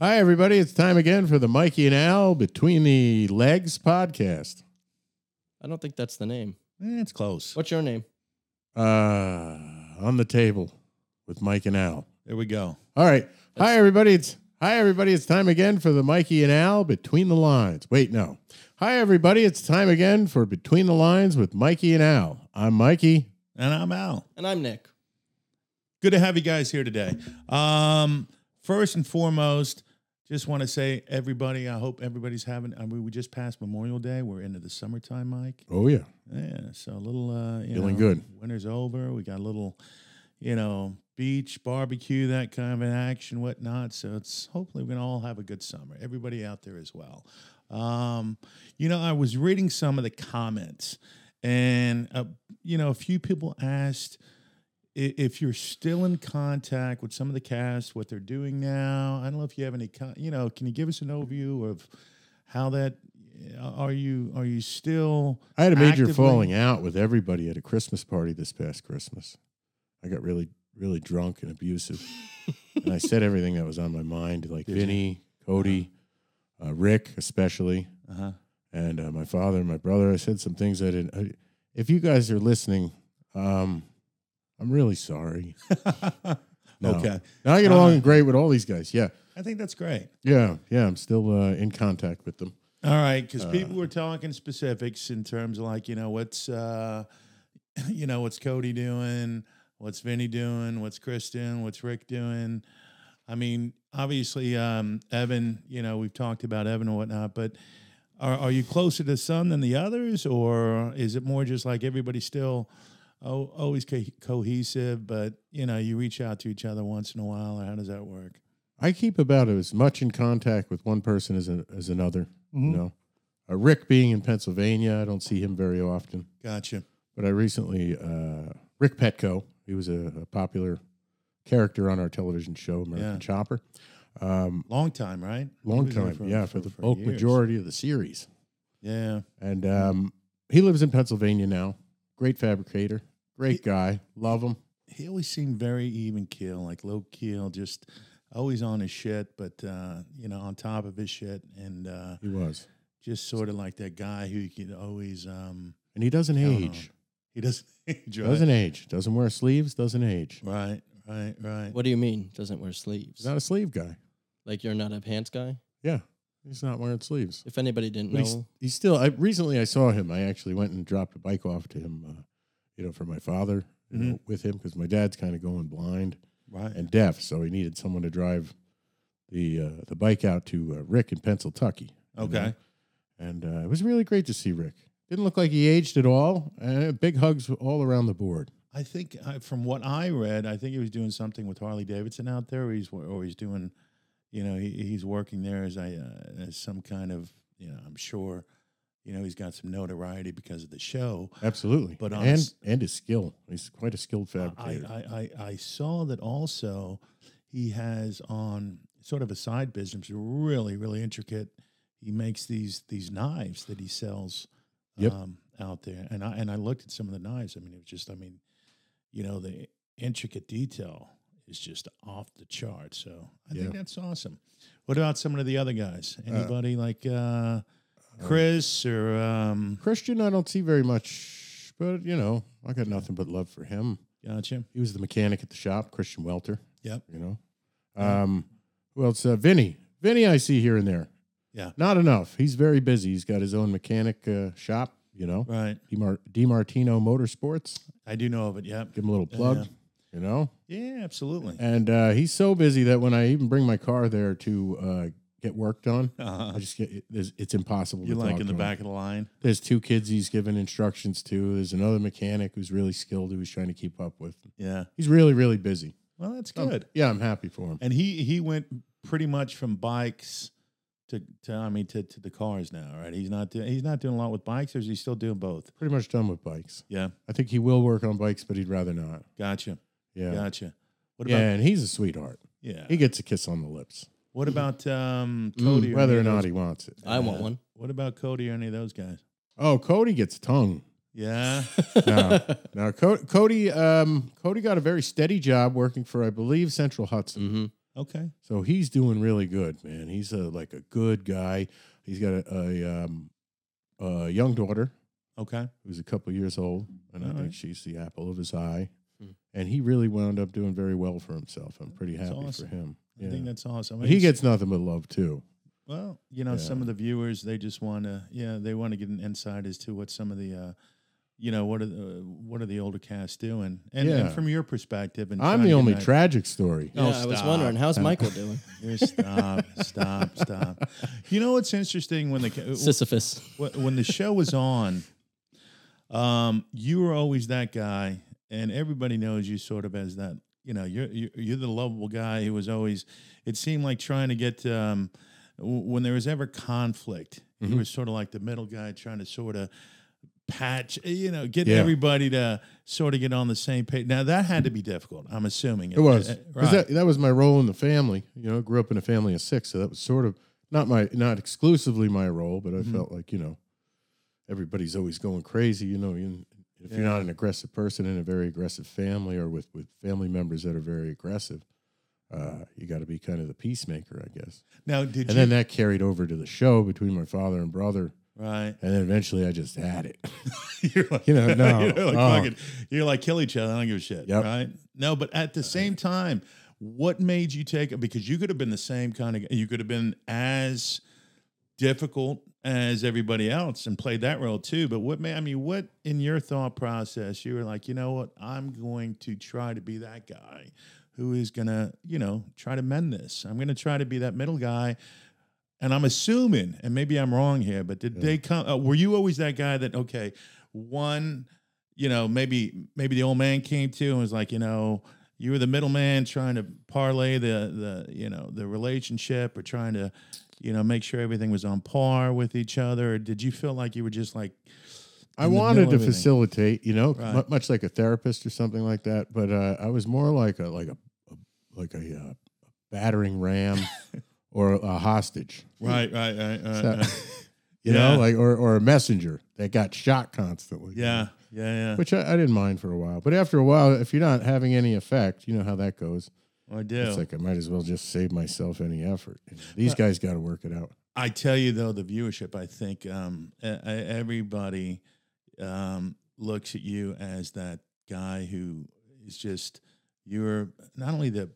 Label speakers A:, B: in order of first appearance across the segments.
A: Hi, everybody. It's time again for the Mikey and Al Between the Legs podcast.
B: I don't think that's the name.
A: Eh, it's close.
B: What's your name?
A: Uh, on the table with Mike and Al.
C: There we go.
A: All right. Hi, everybody. It's hi, everybody. It's time again for the Mikey and Al Between the Lines. Wait, no. Hi, everybody. It's time again for Between the Lines with Mikey and Al. I'm Mikey.
C: And I'm Al.
B: And I'm Nick.
C: Good to have you guys here today. Um, first and foremost, just want to say everybody, I hope everybody's having I mean, we just passed Memorial Day. We're into the summertime, Mike.
A: Oh yeah.
C: Yeah, so a little uh you
A: Feeling
C: know,
A: good.
C: Winter's over. We got a little, you know, beach, barbecue, that kind of an action, whatnot. So it's hopefully we're gonna all have a good summer. Everybody out there as well. Um, you know, I was reading some of the comments, and uh, you know, a few people asked i- if you're still in contact with some of the cast, what they're doing now. I don't know if you have any, con- you know, can you give us an overview of how that? uh, Are you are you still?
A: I had a major
C: Actively-
A: falling out with everybody at a Christmas party this past Christmas. I got really, really drunk and abusive. and I said everything that was on my mind, like
C: Did Uh-huh. you?
A: Vinny, Cody, uh, Rick, especially,
C: Uh huh.
A: and uh, my father and my brother. I said some things I didn't. I, if you guys are listening, um, I'm really sorry. No.
C: Okay.
A: Now I get
C: Uh,
A: along great with all these guys. Yeah.
C: I think that's great.
A: Yeah. Yeah. I'm still uh, in contact with them.
C: All right, because
A: Uh,
C: people were talking specifics in terms of like, you know, what's uh you know, what's Cody doing, what's Vinny doing, what's Chris doing, what's Rick doing. I mean, obviously, um, Evan, you know, we've talked about Evan and whatnot, but are, are you closer to some than the others, or is it more just like everybody's still oh, always co- cohesive, but you know, you reach out to each other once in a while, or how does that work?
A: I keep about as much in contact with one person as, a, as another.
C: Mm-hmm.
A: You know, uh, Rick being in Pennsylvania, I don't see him very often.
C: Gotcha.
A: But I recently, uh, Rick Petco, he was a, a popular character on our television show, American
C: Yeah.
A: Chopper. Um,
C: Long time, right? He
A: long
C: was there
A: time, yeah, for, the bulk
C: years. Mm-hmm.
A: majority of the series.
C: Yeah.
A: And um, he lives in Pennsylvania now. Great fabricator, great
C: He-
A: guy, love him.
C: he always seemed very even keel, like low keel, just always on his shit, but uh, you know, on top of his shit, and uh,
A: He was,
C: just sort of like that guy who you could always um,
A: and he doesn't
C: Count on
A: age.
C: he doesn't age, right?
A: Doesn't age. Doesn't wear sleeves. Doesn't age.
C: right, right, right.
B: What do you mean? Doesn't wear sleeves?
A: He's not a sleeve guy.
B: Like you're not a pants guy?
A: Yeah, he's not wearing sleeves.
B: If anybody didn't
A: But he's,
B: know,
A: he's still. I recently I saw him. I actually went and dropped a bike off to him, uh, you know, for my father you
C: Mm-hmm.
A: know, with him because my dad's kind of going blind
C: Right,
A: and deaf, so he needed someone to drive the uh, the bike out to uh, Rick in Pennsylvania. you
C: Okay.
A: know? and uh, it was really great to see Rick. Didn't look like he aged at all. Uh, big hugs all around the board.
C: I think I, from what I read, I think he was doing something with Harley Davidson out there. Or he's or he's doing, you know, he, he's working there as I uh, as some kind of, you know, I'm sure, you know, he's got some notoriety because of the show.
A: Absolutely,
C: But on
A: and
C: his-
A: and his skill. He's quite a skilled
C: I,
A: fabricator.
C: I, I, I saw that also he has on sort of a side business really really intricate he makes these these knives that he sells
A: Yep.
C: um, out there and i and i looked at some of the knives i mean it was just i mean you know the intricate detail is just off the chart so i think
A: Yeah.
C: that's awesome what about some of the other guys anybody like uh chris or um
A: Christian, I don't see very much, but you know, I got nothing but love for him.
C: gotcha
A: He was the mechanic at the shop, Christian Welter.
C: Yep.
A: You know, um, who else? Uh, Vinny. Vinny, I see here and there.
C: Yeah.
A: Not enough. He's very busy. He's got his own mechanic uh, shop. You know,
C: right
A: DiMar- DiMartino Motorsports.
C: i do know of it yep
A: Give him a little
C: Yeah.
A: plug. You know,
C: yeah absolutely
A: and uh, he's so busy that when I even bring my car there to uh, get work done,
C: uh-huh.
A: I just get it, it's it's impossible.
C: You
A: to
C: like
A: talk
C: in
A: to
C: the
A: him.
C: back of the line?
A: There's two kids he's giving instructions to. There's another mechanic who's really skilled who he's trying to keep up with.
C: Yeah.
A: He's really, really busy.
C: Well, that's
A: I'm-
C: good.
A: yeah, I'm happy for him.
C: And he he went pretty much from bikes to, to I mean to, to the cars now, right? He's not doing he's not doing a lot with bikes, or is he still doing both?
A: Pretty much done with bikes.
C: Yeah,
A: I think he will work on bikes, but he'd rather not.
C: gotcha,
A: Yeah.
C: gotcha. What
A: yeah,
C: about
A: and he's a sweetheart.
C: yeah?
A: He gets a kiss on the lips,
C: What about um
B: Mm,
C: Cody? any
A: whether or
C: of
A: not
C: those-
A: he wants it.
B: I want
C: Yeah.
B: one.
C: What about Cody or any of those guys?
A: Oh, Cody gets tongue.
C: Yeah,
A: No. Now, Co- Cody, um, Cody got a very steady job working for, I believe, Central Hudson.
B: hmm
C: Okay.
A: So he's doing really good, man. He's a, like a good guy. He's got a, a, um, a young daughter
C: Okay.
A: who's a couple years old, and I
C: All
A: think
C: right.
A: she's the apple of his eye.
B: Hmm.
A: And he really wound up doing very well for himself. I'm pretty
C: That's
A: happy
C: awesome.
A: for him.
C: I think
A: Yeah.
C: that's awesome.
A: But he
C: It's-
A: gets nothing but love too.
C: well, you know, some
A: Yeah.
C: of the viewers they just want to, yeah, they want to get an insight as to what some of the, uh, you know, what are the, uh, what are the older cast doing, and, and
A: Yeah.
C: from your perspective, and
A: I'm
C: trying
A: the
C: to
A: only
C: get an
A: tragic story.
B: Yeah,
C: Oh,
B: I was
C: stop.
B: wondering how's Michael doing?
C: idea- Stop, stop, stop. You know what's interesting when the ca-
B: Sisyphus.
C: Wh- when the show was on, um, you were always that guy, and everybody knows you sort of as that. You know, you're you're you're the lovable guy who was always. It seemed like trying to get um, w- when there was ever conflict, you
A: Mhm.
C: were sort of like the middle guy trying to sort of patch. eh, You know, get
A: Yeah.
C: everybody to sort of get on the same page. Now that had to be difficult. I'm assuming
A: It was.
C: uh,
A: 'Cause That, that was my role in the family. You know, grew up in a family of six, so that was sort of not my not exclusively my role, but I
C: Mhm.
A: felt like, you know, everybody's always going crazy, you know, you, if you're not an aggressive person in a very aggressive family or with with family members that are very aggressive, uh, you got to be kind of the peacemaker, I guess.
C: Now did
A: And
C: you
A: then that carried over to the show between my father and brother,
C: right?
A: and then eventually I just had it.
C: you're like,
A: You know, no.
C: you're like,
A: Oh.
C: fucking, you're like, kill each other. I don't give a shit.
A: Yep.
C: Right. No, but at the same time, what made you take it? Because you could have been the same kind of guy. You could have been as difficult as everybody else and played that role too. But what made, I mean, what in your thought process, you were like, you know what? I'm going to try to be that guy who is going to, you know, try to mend this. I'm going to try to be that middle guy. And I'm assuming, and maybe I'm wrong here, but did
A: Yeah.
C: they come? Uh, were you always that guy that okay, one, you know, maybe maybe the old man came to and was like, you know, you were the middleman trying to parlay the the you know the relationship or trying to, you know, make sure everything was on par with each other. Or did you feel like you were just like,
A: I
C: in the
A: wanted
C: middle
A: to
C: of everything.
A: facilitate, you know,
C: Right.
A: mu much like a therapist or something like that. But uh, I was more like a like a, a like a, uh, battering ram or a hostage,
C: right, right, right, right,
A: So-
C: right.
A: you
C: Yeah.
A: know, like or or a messenger that got shot constantly.
C: yeah, yeah, yeah.
A: which I, I didn't mind for a while. But after a while, if you're not having any effect, you know how that goes.
C: Oh, I do.
A: It's like I might as well just save myself any effort. You know, These
C: But-
A: guys got to work it out.
C: I tell you though, the viewership. I think um, e- e- everybody um, looks at you as that guy who is just you're not only the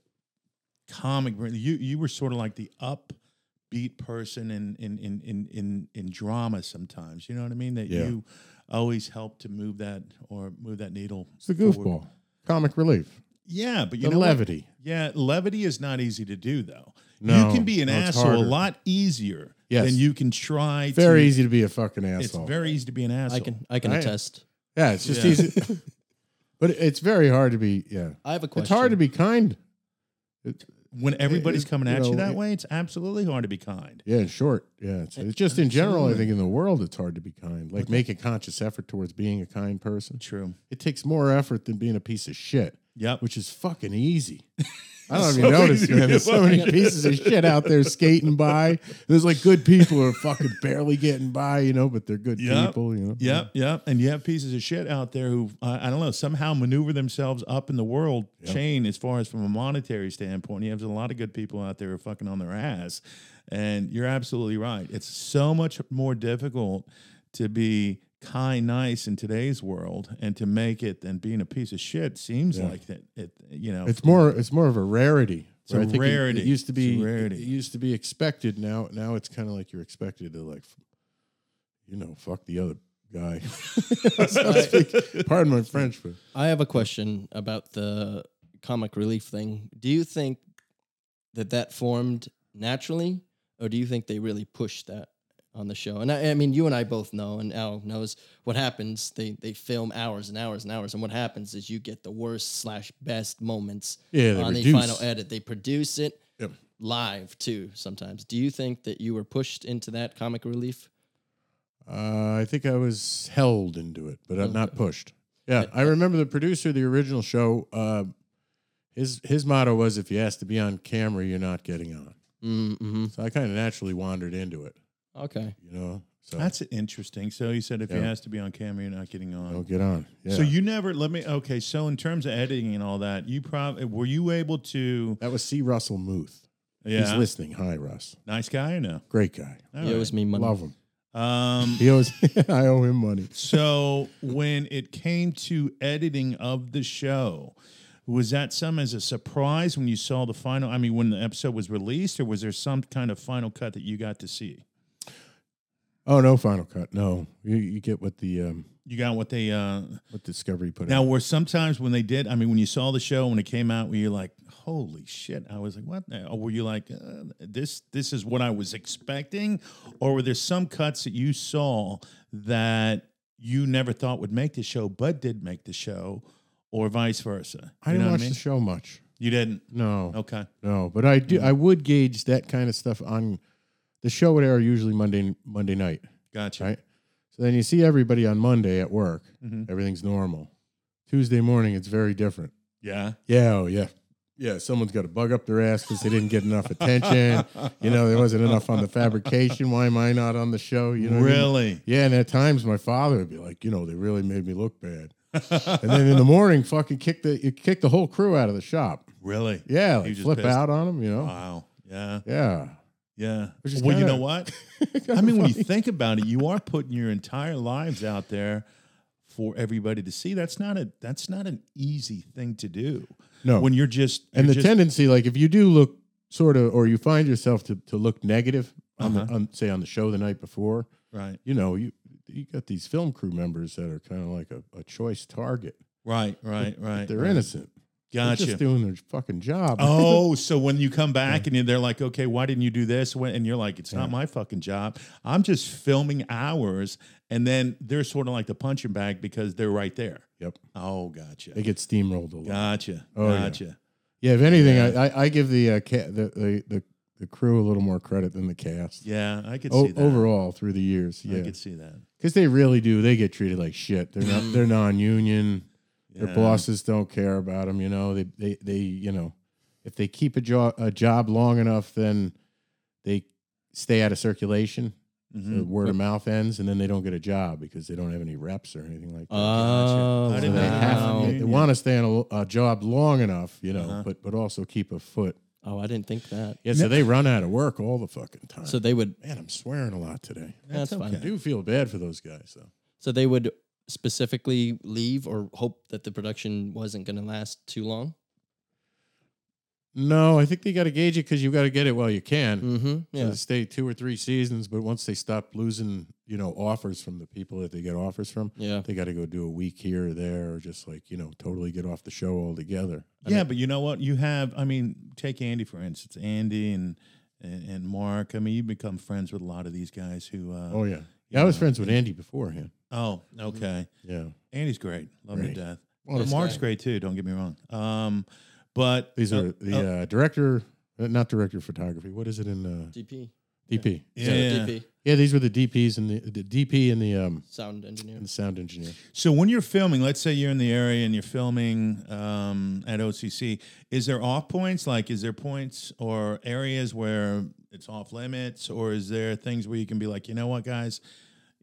C: comic. re- You you were sort of like the upbeat person in in in in in, in drama sometimes. You know what I mean? That
A: Yeah.
C: you always help to move that or move that needle.
A: It's the
C: forward.
A: goofball, comic relief,
C: Yeah, but you
A: the
C: know what?
A: levity.
C: Yeah, levity is not easy to do though.
A: No,
C: you can be an
A: no, it's
C: asshole a
A: harder.
C: lot easier
A: Yes.
C: than you can try.
A: Very
C: to,
A: easy to be a fucking
C: It's
A: asshole.
C: very easy to be an asshole.
B: I can I can
A: I-
B: attest.
A: Yeah, it's just
C: Yeah.
A: easy. but it's very hard to be. Yeah,
B: I have a question.
A: it's hard to be kind.
C: when everybody's
A: it-
C: coming
A: you
C: at you
A: know,
C: that
A: it-
C: way, it's absolutely hard to be kind.
A: Yeah, in short, yeah, it's, it's just in general. I
C: Absolutely.
A: think in the world, it's hard to be kind. Like make a conscious effort towards being a kind person.
C: True.
A: It takes more effort than being a piece of shit,
C: Yep.
A: which is fucking easy. I don't
C: So
A: even notice,
C: easy.
A: man. There's so many pieces of shit out there skating by. There's like good people who are fucking barely getting by, you know, but they're good
C: Yep.
A: people, you know.
C: Yep. Yep. And you have pieces of shit out there who I, I don't know somehow maneuver themselves up in the world
A: Yep.
C: chain as far as from a monetary standpoint. You have a lot of good people out there who are fucking on their ass, and you're absolutely right. It's so much more difficult to be kind, nice in today's world, and to make it than being a piece of shit seems
A: Yeah.
C: like that. It you know
A: It's more. It's more of a rarity.
C: It's a
A: where I think it-
C: rarity.
A: It, used to
C: It's a
A: be.
C: rarity.
A: It used to be expected. Now, now it's kind of like you're expected to like, you know, fuck the other guy. So to speak. Pardon my French, but
B: I have a question about the comic relief thing. Do you think that that formed naturally, or do you think they really pushed that on the show? And I, I mean, you and I both know, and Al knows what happens. They they film hours and hours and hours, and what happens is you get the worst slash best moments
A: yeah, they
B: on
A: reduce.
B: the final e- edit. They produce it
A: Yep.
B: live too. Sometimes, do you think that you were pushed into that comic relief?
A: Uh, I think I was held into it, but I'm not
B: Okay.
A: pushed. Yeah,
B: But-
A: I remember the producer of the original show. Uh, his his motto was, "If you ask to be on camera, you're not getting on."
B: Mm-hmm.
A: So I kind of naturally wandered into it.
B: Okay.
A: You know, So
C: That's interesting. So you said if he
A: Yeah.
C: has to be on camera, you're not getting on.
A: don't get on. Yeah.
C: So you never let me. Okay, so in terms of editing and all that, you probably were you able to?
A: that was C. Russell Muth. He's
C: Yeah,
A: listening. Hi, Russ.
C: nice guy. or no?
A: Great guy.
C: All
B: He owes
C: right.
B: me money.
A: Love him.
C: Um,
A: He owes. I owe him money.
C: so when it came to editing of the show, was that some as a surprise when you saw the final? I mean, when the episode was released, or was there some kind of final cut that you got to see?
A: Oh no, Final Cut. No, you, you get what the um,
C: You got what they uh,
A: what Discovery put
C: now.
A: out.
C: Were sometimes when they did? I mean, when you saw the show when it came out, were you like, "Holy shit!" I was like, "What?" the- Or were you like, uh, "This this is what I was expecting," or were there some cuts that you saw that you never thought would make the show but did make the show, or vice versa?
A: I
C: You
A: didn't
C: know what
A: watch
C: mean?
A: the show much.
C: You didn't.
A: No,
C: Okay.
A: no, but I do.
C: Mhm.
A: I would gauge that kind of stuff on the show would air usually Monday Monday night,
C: Gotcha.
A: right? So then you see everybody on Monday at work.
C: hmm
A: Everything's normal. Tuesday morning, it's very different.
C: Yeah.
A: Yeah, oh yeah, yeah. Someone's got to bug up their ass because they didn't get enough attention. You know, there wasn't enough on the fabrication. Why am I not on the show? You know, what I mean?
C: really.
A: Yeah, and at times my father would be like, you know, they really made me look bad. And then in the morning, fucking kick the you kick the whole crew out of the shop.
C: really.
A: Yeah,
C: He
A: like
C: was just
A: flip
C: pissed. Uh,
A: out on them, you know.
C: Wow. Yeah.
A: yeah.
C: Yeah.
A: Which is
C: well, you
A: kinda-
C: know what? I mean, when you think about it, you are putting your entire lives out there for everybody to see. That's not a that's not an easy thing to do.
A: no,
C: When you're just
A: and the
C: you're just-
A: tendency, like if you do look sort of, or you find yourself to to look negative, on, the,
C: Uh-huh.
A: on say on the show the night before,
C: right,
A: you know, you you got these film crew members that are kind of like a, a choice target.
C: right, right, right.
A: They're
C: right.
A: innocent. They're
C: Gotcha.
A: just doing their fucking job.
C: Oh, so when you come back and they're like, okay, why didn't you do this? When- And you're like, it's not
A: Yeah.
C: my fucking job. I'm just filming hours. And then they're sort of like the punching bag because they're right there.
A: Yep.
C: Oh, gotcha.
A: they get steamrolled a lot.
C: Gotcha.
A: Oh, yeah.
C: gotcha.
A: Yeah, if anything,
C: Yeah.
A: I, I, I give the, uh, ca- the, the the the crew a little more credit than the cast.
C: Yeah. I could
A: O-
C: see that.
A: overall, through the years,
C: I
A: yeah,
C: could see that.
A: because they really do. They get treated like shit. They're not. They're non-union.
C: Yeah.
A: Their bosses don't care about them. You know, they they they you know, if they keep a job a job long enough, then they stay out of circulation. The
C: Mhm.
A: word of mouth ends, and then they don't get a job because they don't have any reps or anything like that.
B: Oh,
C: I
A: So
C: didn't
A: they,
C: know that.
A: have, they,
C: Union.
A: want to stay on a, lo- a job long enough, you know,
C: Uh-huh.
A: but but also keep a foot
B: Oh, I didn't think that.
A: Yeah, so they run out of work all the fucking time.
B: So they would.
A: man, I'm swearing a lot today.
B: That's, fine.
A: I do feel bad for those guys though.
B: So they would specifically leave or hope that the production wasn't going to last too long.
A: No, I think they got to gauge it because you got to get it while you can.
B: Mm-hmm.
A: So
B: Yeah.
A: they stay two or three seasons, but once they stop losing, you know, offers from the people that they get offers from,
B: Yeah.
A: they got to go do a week here or there, or just like you know, totally get off the show altogether.
C: yeah, but you know what? You have, I mean, take Andy for instance. Andy and and, and Mark. I mean, you become friends with a lot of these guys who. Uh,
A: Oh yeah, yeah. I was friends with Andy beforehand.
C: oh, okay.
A: Yeah,
C: Andy's great. Love him
A: Right.
C: to death.
A: Well,
B: Nice
C: Mark's
B: guy.
C: great too. Don't get me wrong. Um, but
A: these
C: uh,
A: are the uh, director, uh, not director of photography. What is it in uh,
B: DP.
A: DP?
C: Yeah.
B: DP.
A: yeah. These were the DPs and the, the DP and the um
B: Sound engineer.
A: and the sound engineer.
C: so when you're filming, let's say you're in the area and you're filming um, at OCC, is there off points? Like, is there points or areas where it's off limits, or is there things where you can be like, you know what, guys?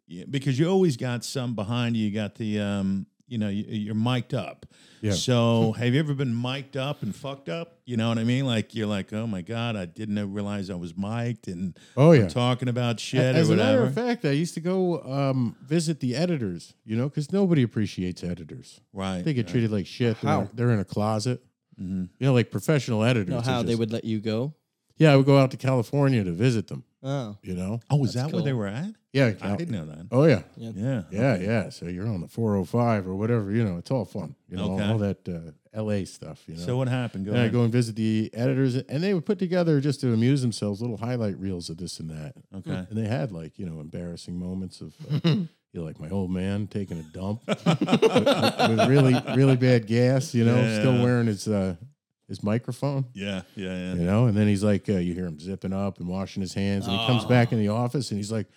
C: Yeah, Because you always got some behind you. You got the, um, you know, you, you're mic'd up.
A: Yeah.
C: So have you ever been mic'd up and fucked up? You know what I mean? Like you're like, oh my god, I didn't realize I was mic'd and
A: Oh yeah.
C: talking about
A: A-
C: shit
A: As
C: or
A: a matter
C: whatever.
A: of fact, I used to go um, visit the editors, you know, because nobody appreciates editors.
C: right.
A: They get
C: right.
A: treated like shit. They're,
B: How?
A: they're in a closet.
C: Mhm.
A: You know, like professional editors.
B: No,
A: are
B: how they
A: just-
B: would let you go.
A: Yeah, I would go out to California to visit them,
B: Oh.
A: you know?
C: Oh, is
B: That's
C: that where they
B: cool.
C: were at?
A: Yeah.
C: I
A: Cal-
C: didn't know that.
A: oh, yeah.
C: Yeah.
A: Yeah, yeah. So you're on the 405 or whatever, you know, it's all fun. You know, all-
C: Okay.
A: all, that uh, LA stuff, you know?
C: So what happened? Go
A: and I
C: ahead.
A: go and visit the editors, and they would put together just to amuse themselves little highlight reels of this and that.
C: okay.
A: And they had like, you know, embarrassing moments of, uh, you know, like my old man taking a dump with, with really, really bad gas, you know,
C: Yeah.
A: still wearing his, uh, his microphone,
C: Yeah. Yeah.
A: you
C: Yeah.
A: know, and then he's like, uh, you hear him zipping up and washing his hands. And he comes
B: Oh.
A: back in the office and he's like,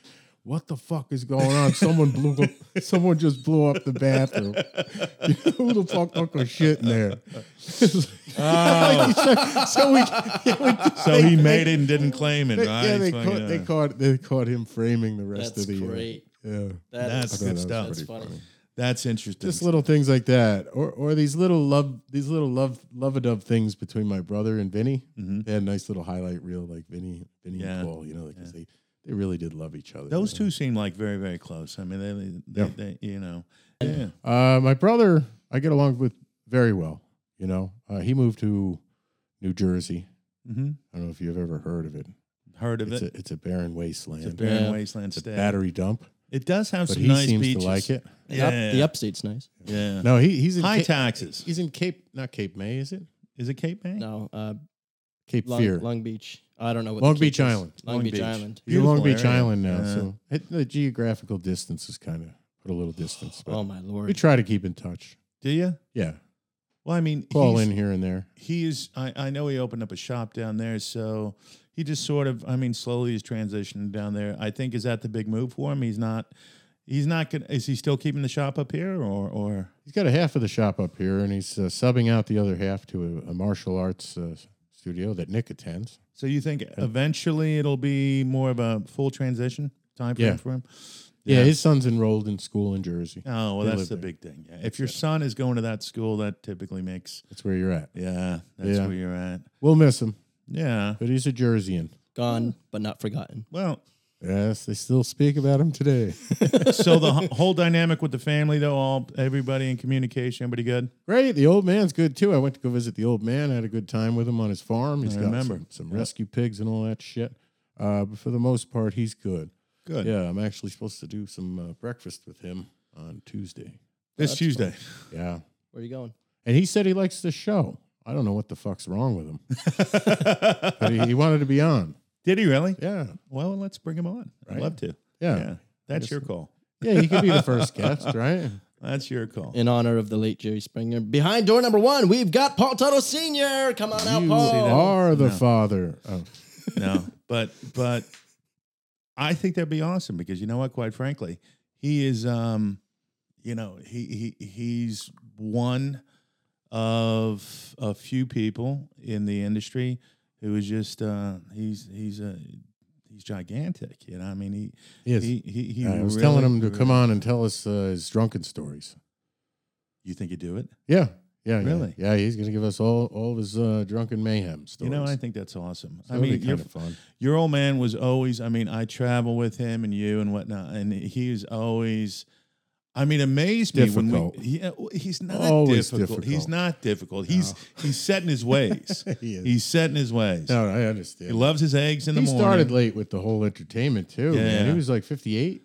A: what the fuck is going on? Someone blew up, someone just blew up the bathroom. You know, who the fuck uncle shit in there? so, so we,
C: So he made it and didn't claim it,
A: they,
C: right?
A: yeah, they
C: He's fucking,
A: caught, they
C: uh,
A: caught they caught him framing the rest
B: That's
A: of the uh,
B: great.
A: yeah.
C: That's
A: I
B: that's
A: thought
C: good
A: that was
C: stuff.
A: pretty
B: That's funny.
C: That's interesting.
A: Just little things like that, or or these little love these little love love a dove things between my brother and Vinny.
C: Mhm.
A: They had a nice little highlight reel like Vinny, Vinny
C: Yeah.
A: and Paul. You know, because they they really did love each other.
C: Those
A: you know.
C: two seem like very, very close. I mean, they, they,
A: Yeah.
C: they, you know, yeah.
A: Uh, my brother, I get along with very well. You know, uh, he moved to New Jersey.
C: hmm
A: I don't know if you've ever heard of it.
C: Heard of
A: It's a,
C: it?
A: it's a barren wasteland.
C: It's a barren
B: Yeah.
C: wasteland
A: It's a
C: state.
A: battery dump,
C: It does have
A: but
C: some
A: he
C: nice
A: seems
C: beaches.
A: to like it.
B: The, up-
C: Yeah.
B: the upstate's nice.
C: Yeah.
A: No, he, he's in
C: High
A: Cape,
C: taxes.
A: He's in Cape, not Cape May, is it?
C: Is it Cape May?
B: No, uh,
A: Cape
B: Long,
A: Fear.
B: Long Beach. I don't know what
A: Long
B: the
A: Beach
B: Cape is.
A: Island.
B: Long,
C: Long
B: Beach,
C: Beach.
B: Island.
A: He's in Long
C: Beautiful
A: Beach
C: area.
A: Island now,
C: Yeah.
A: so it, the geographical distance is kind of put a little distance. But
B: Oh my
A: we
B: lord!
A: try to keep in touch.
C: Do you?
A: Yeah,
C: Well, I mean,
A: call
C: he's-
A: in here and there.
C: he is I, I know he opened up a shop down there so he just sort of i mean slowly is transitioning down there i think is that the big move for him he's not he's not gonna is he still keeping the shop up here or or
A: He's got a half of the shop up here, and he's uh, subbing out the other half to a, a martial arts uh, studio that Nick attends.
C: so you think
A: Uh,
C: eventually it'll be more of a full transition time frame
A: Yeah.
C: for him
A: Yeah.
C: Yeah.
A: his son's enrolled in school in Jersey.
C: oh well
A: They
C: that's
A: live
C: the
A: there.
C: big thing yeah if your son is going to that school that typically makes
A: That's where you're at.
C: yeah that's
A: Yeah.
C: where you're at
A: We'll miss him,
C: yeah
A: but he's a Jerseyan.
B: Gone, but not forgotten.
C: well
A: Yes, they still speak about him today.
C: so the h- whole dynamic with the family though all everybody in communication everybody good
A: Great. The old man's good too. I went to go visit the old man. I had a good time with him on his farm. He's
C: I
A: got
C: remember.
A: some, some
C: Yep.
A: rescue pigs and all that shit. Uh, but for the most part, he's good.
C: good
A: Yeah, I'm actually supposed to do some uh, breakfast with him on Tuesday.
C: this
B: That's
C: tuesday
A: Yeah.
B: Where are you going?
A: And he said he likes the show. I don't know what the fuck's wrong with him, but he, he wanted to be on.
C: Did he really?
A: Yeah.
C: Well, let's bring him on. I'd
A: Right.
C: love to.
A: Yeah.
C: Yeah. That's
A: Yes.
C: your call.
A: Yeah, he could be the first guest, right?
C: That's your call.
B: In honor of the late Jerry Springer. Behind door number one, we've got Paul Tuttle Sr. Come on out,
A: you
B: Paul.
A: are the
C: No.
A: father. of
C: No, but but I think that'd be awesome because you know what? Quite frankly, he is. Um, you know, he he he's one of a few people in the industry who is just uh, he's he's a he's gigantic. You know, I mean he
A: yes.
C: he he, he
A: I was
C: really-
A: telling him to come on and tell us uh, his drunken stories.
C: You think you do it?
A: Yeah. Yeah, yeah.
C: Really?
A: Yeah, he's going to give us all, all of his uh, drunken mayhem
C: You
A: stories.
C: know, I think that's awesome.
A: So
C: I
A: it'll be
C: mean, you're,
A: kind of fun.
C: your old man was always i mean i travel with him and you and whatnot and he was always i mean amazed me when
A: Difficult.
C: we yeah, well, he's not
A: Always
C: difficult. he's
A: difficult.
C: not difficult he's he's set in his ways
A: He is.
C: he's set in his ways
A: no, I understand.
C: he loves his eggs in the
A: he
C: morning
A: started late with the whole entertainment, too. Yeah.
C: Yeah.
A: He was like 58,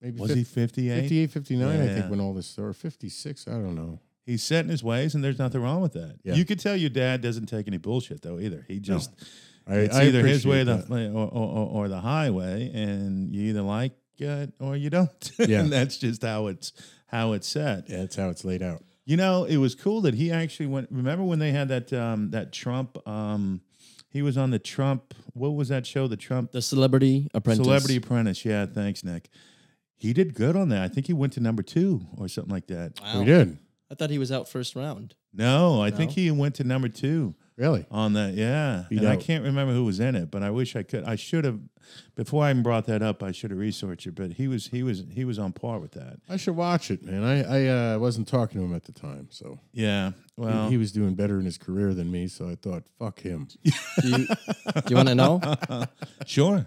A: maybe
C: was
A: 50
C: he 58
A: 58, 59, I
C: Yeah.
A: think, when all this started. 56, I don't know.
C: he's set in his ways and there's nothing wrong with that
A: Yeah.
C: you could tell your dad doesn't take any bullshit though either he just
A: I,
C: it's
A: I
C: either his
A: appreciate
C: way or
A: that.
C: the, or, or, or- or the highway and you either like it or you don't
A: Yeah.
C: and that's just how it's how it's set
A: Yeah, that's how it's laid out.
C: You know, it was cool that he actually went. Remember when they had that um, that Trump? Um, he was on the Trump. What was that show? The Trump
B: The Celebrity Apprentice.
C: Celebrity Apprentice. Yeah, thanks, Nick. He did good on that. I think he went to number two or something like that.
B: Wow.
A: We did.
B: I thought he was out first round.
C: No, I think
B: No.
C: he went to number two
A: Really?
C: on that. Yeah,
A: Beat
C: and I
A: out.
C: can't remember who was in it, but I wish I could. I should have before I even brought that up. I should have researched it, but he was he was he was on par with that.
A: I should watch it, man. I, I uh, wasn't talking to him at the time, so
C: Yeah.
A: he-
C: Well,
A: he, was doing better in his career than me. So I thought, fuck him.
B: Do you, want to know?
C: sure.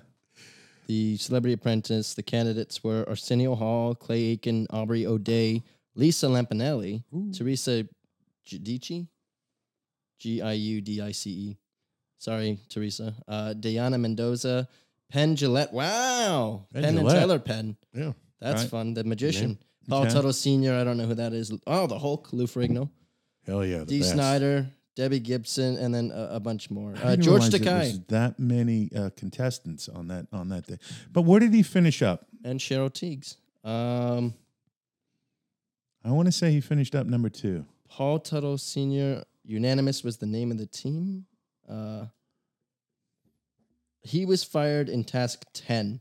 B: The Celebrity Apprentice, the candidates were Arsenio Hall, Clay Aiken, Aubrey O'Day, Lisa Lampanelli, Teresa Giudice, G I U D I C E. Sorry, Teresa. Uh, Diana Mendoza, Penn Gillette. Wow.
A: Penn
B: Penn, and
A: Jillette.
B: Taylor Penn.
A: Yeah,
B: That's
C: Right.
B: fun. The magician. Paul
C: Okay.
B: Tuttle Sr. I don't know who that is. Oh, the Hulk, Lou Ferrigno.
A: hell yeah. The
B: Dee
A: best.
B: Snyder, Debbie Gibson, and then a, a bunch more.
C: I
B: Uh,
C: didn't
B: George
C: realize it was
B: Takei
C: That many uh, contestants on that on that day. But where did he finish up?
B: and Cheryl Teagues. Um,
C: I want to say he finished up number two.
B: Paul Tuttle Sr. Unanimous was the name of the team. Uh, he was fired in task 10.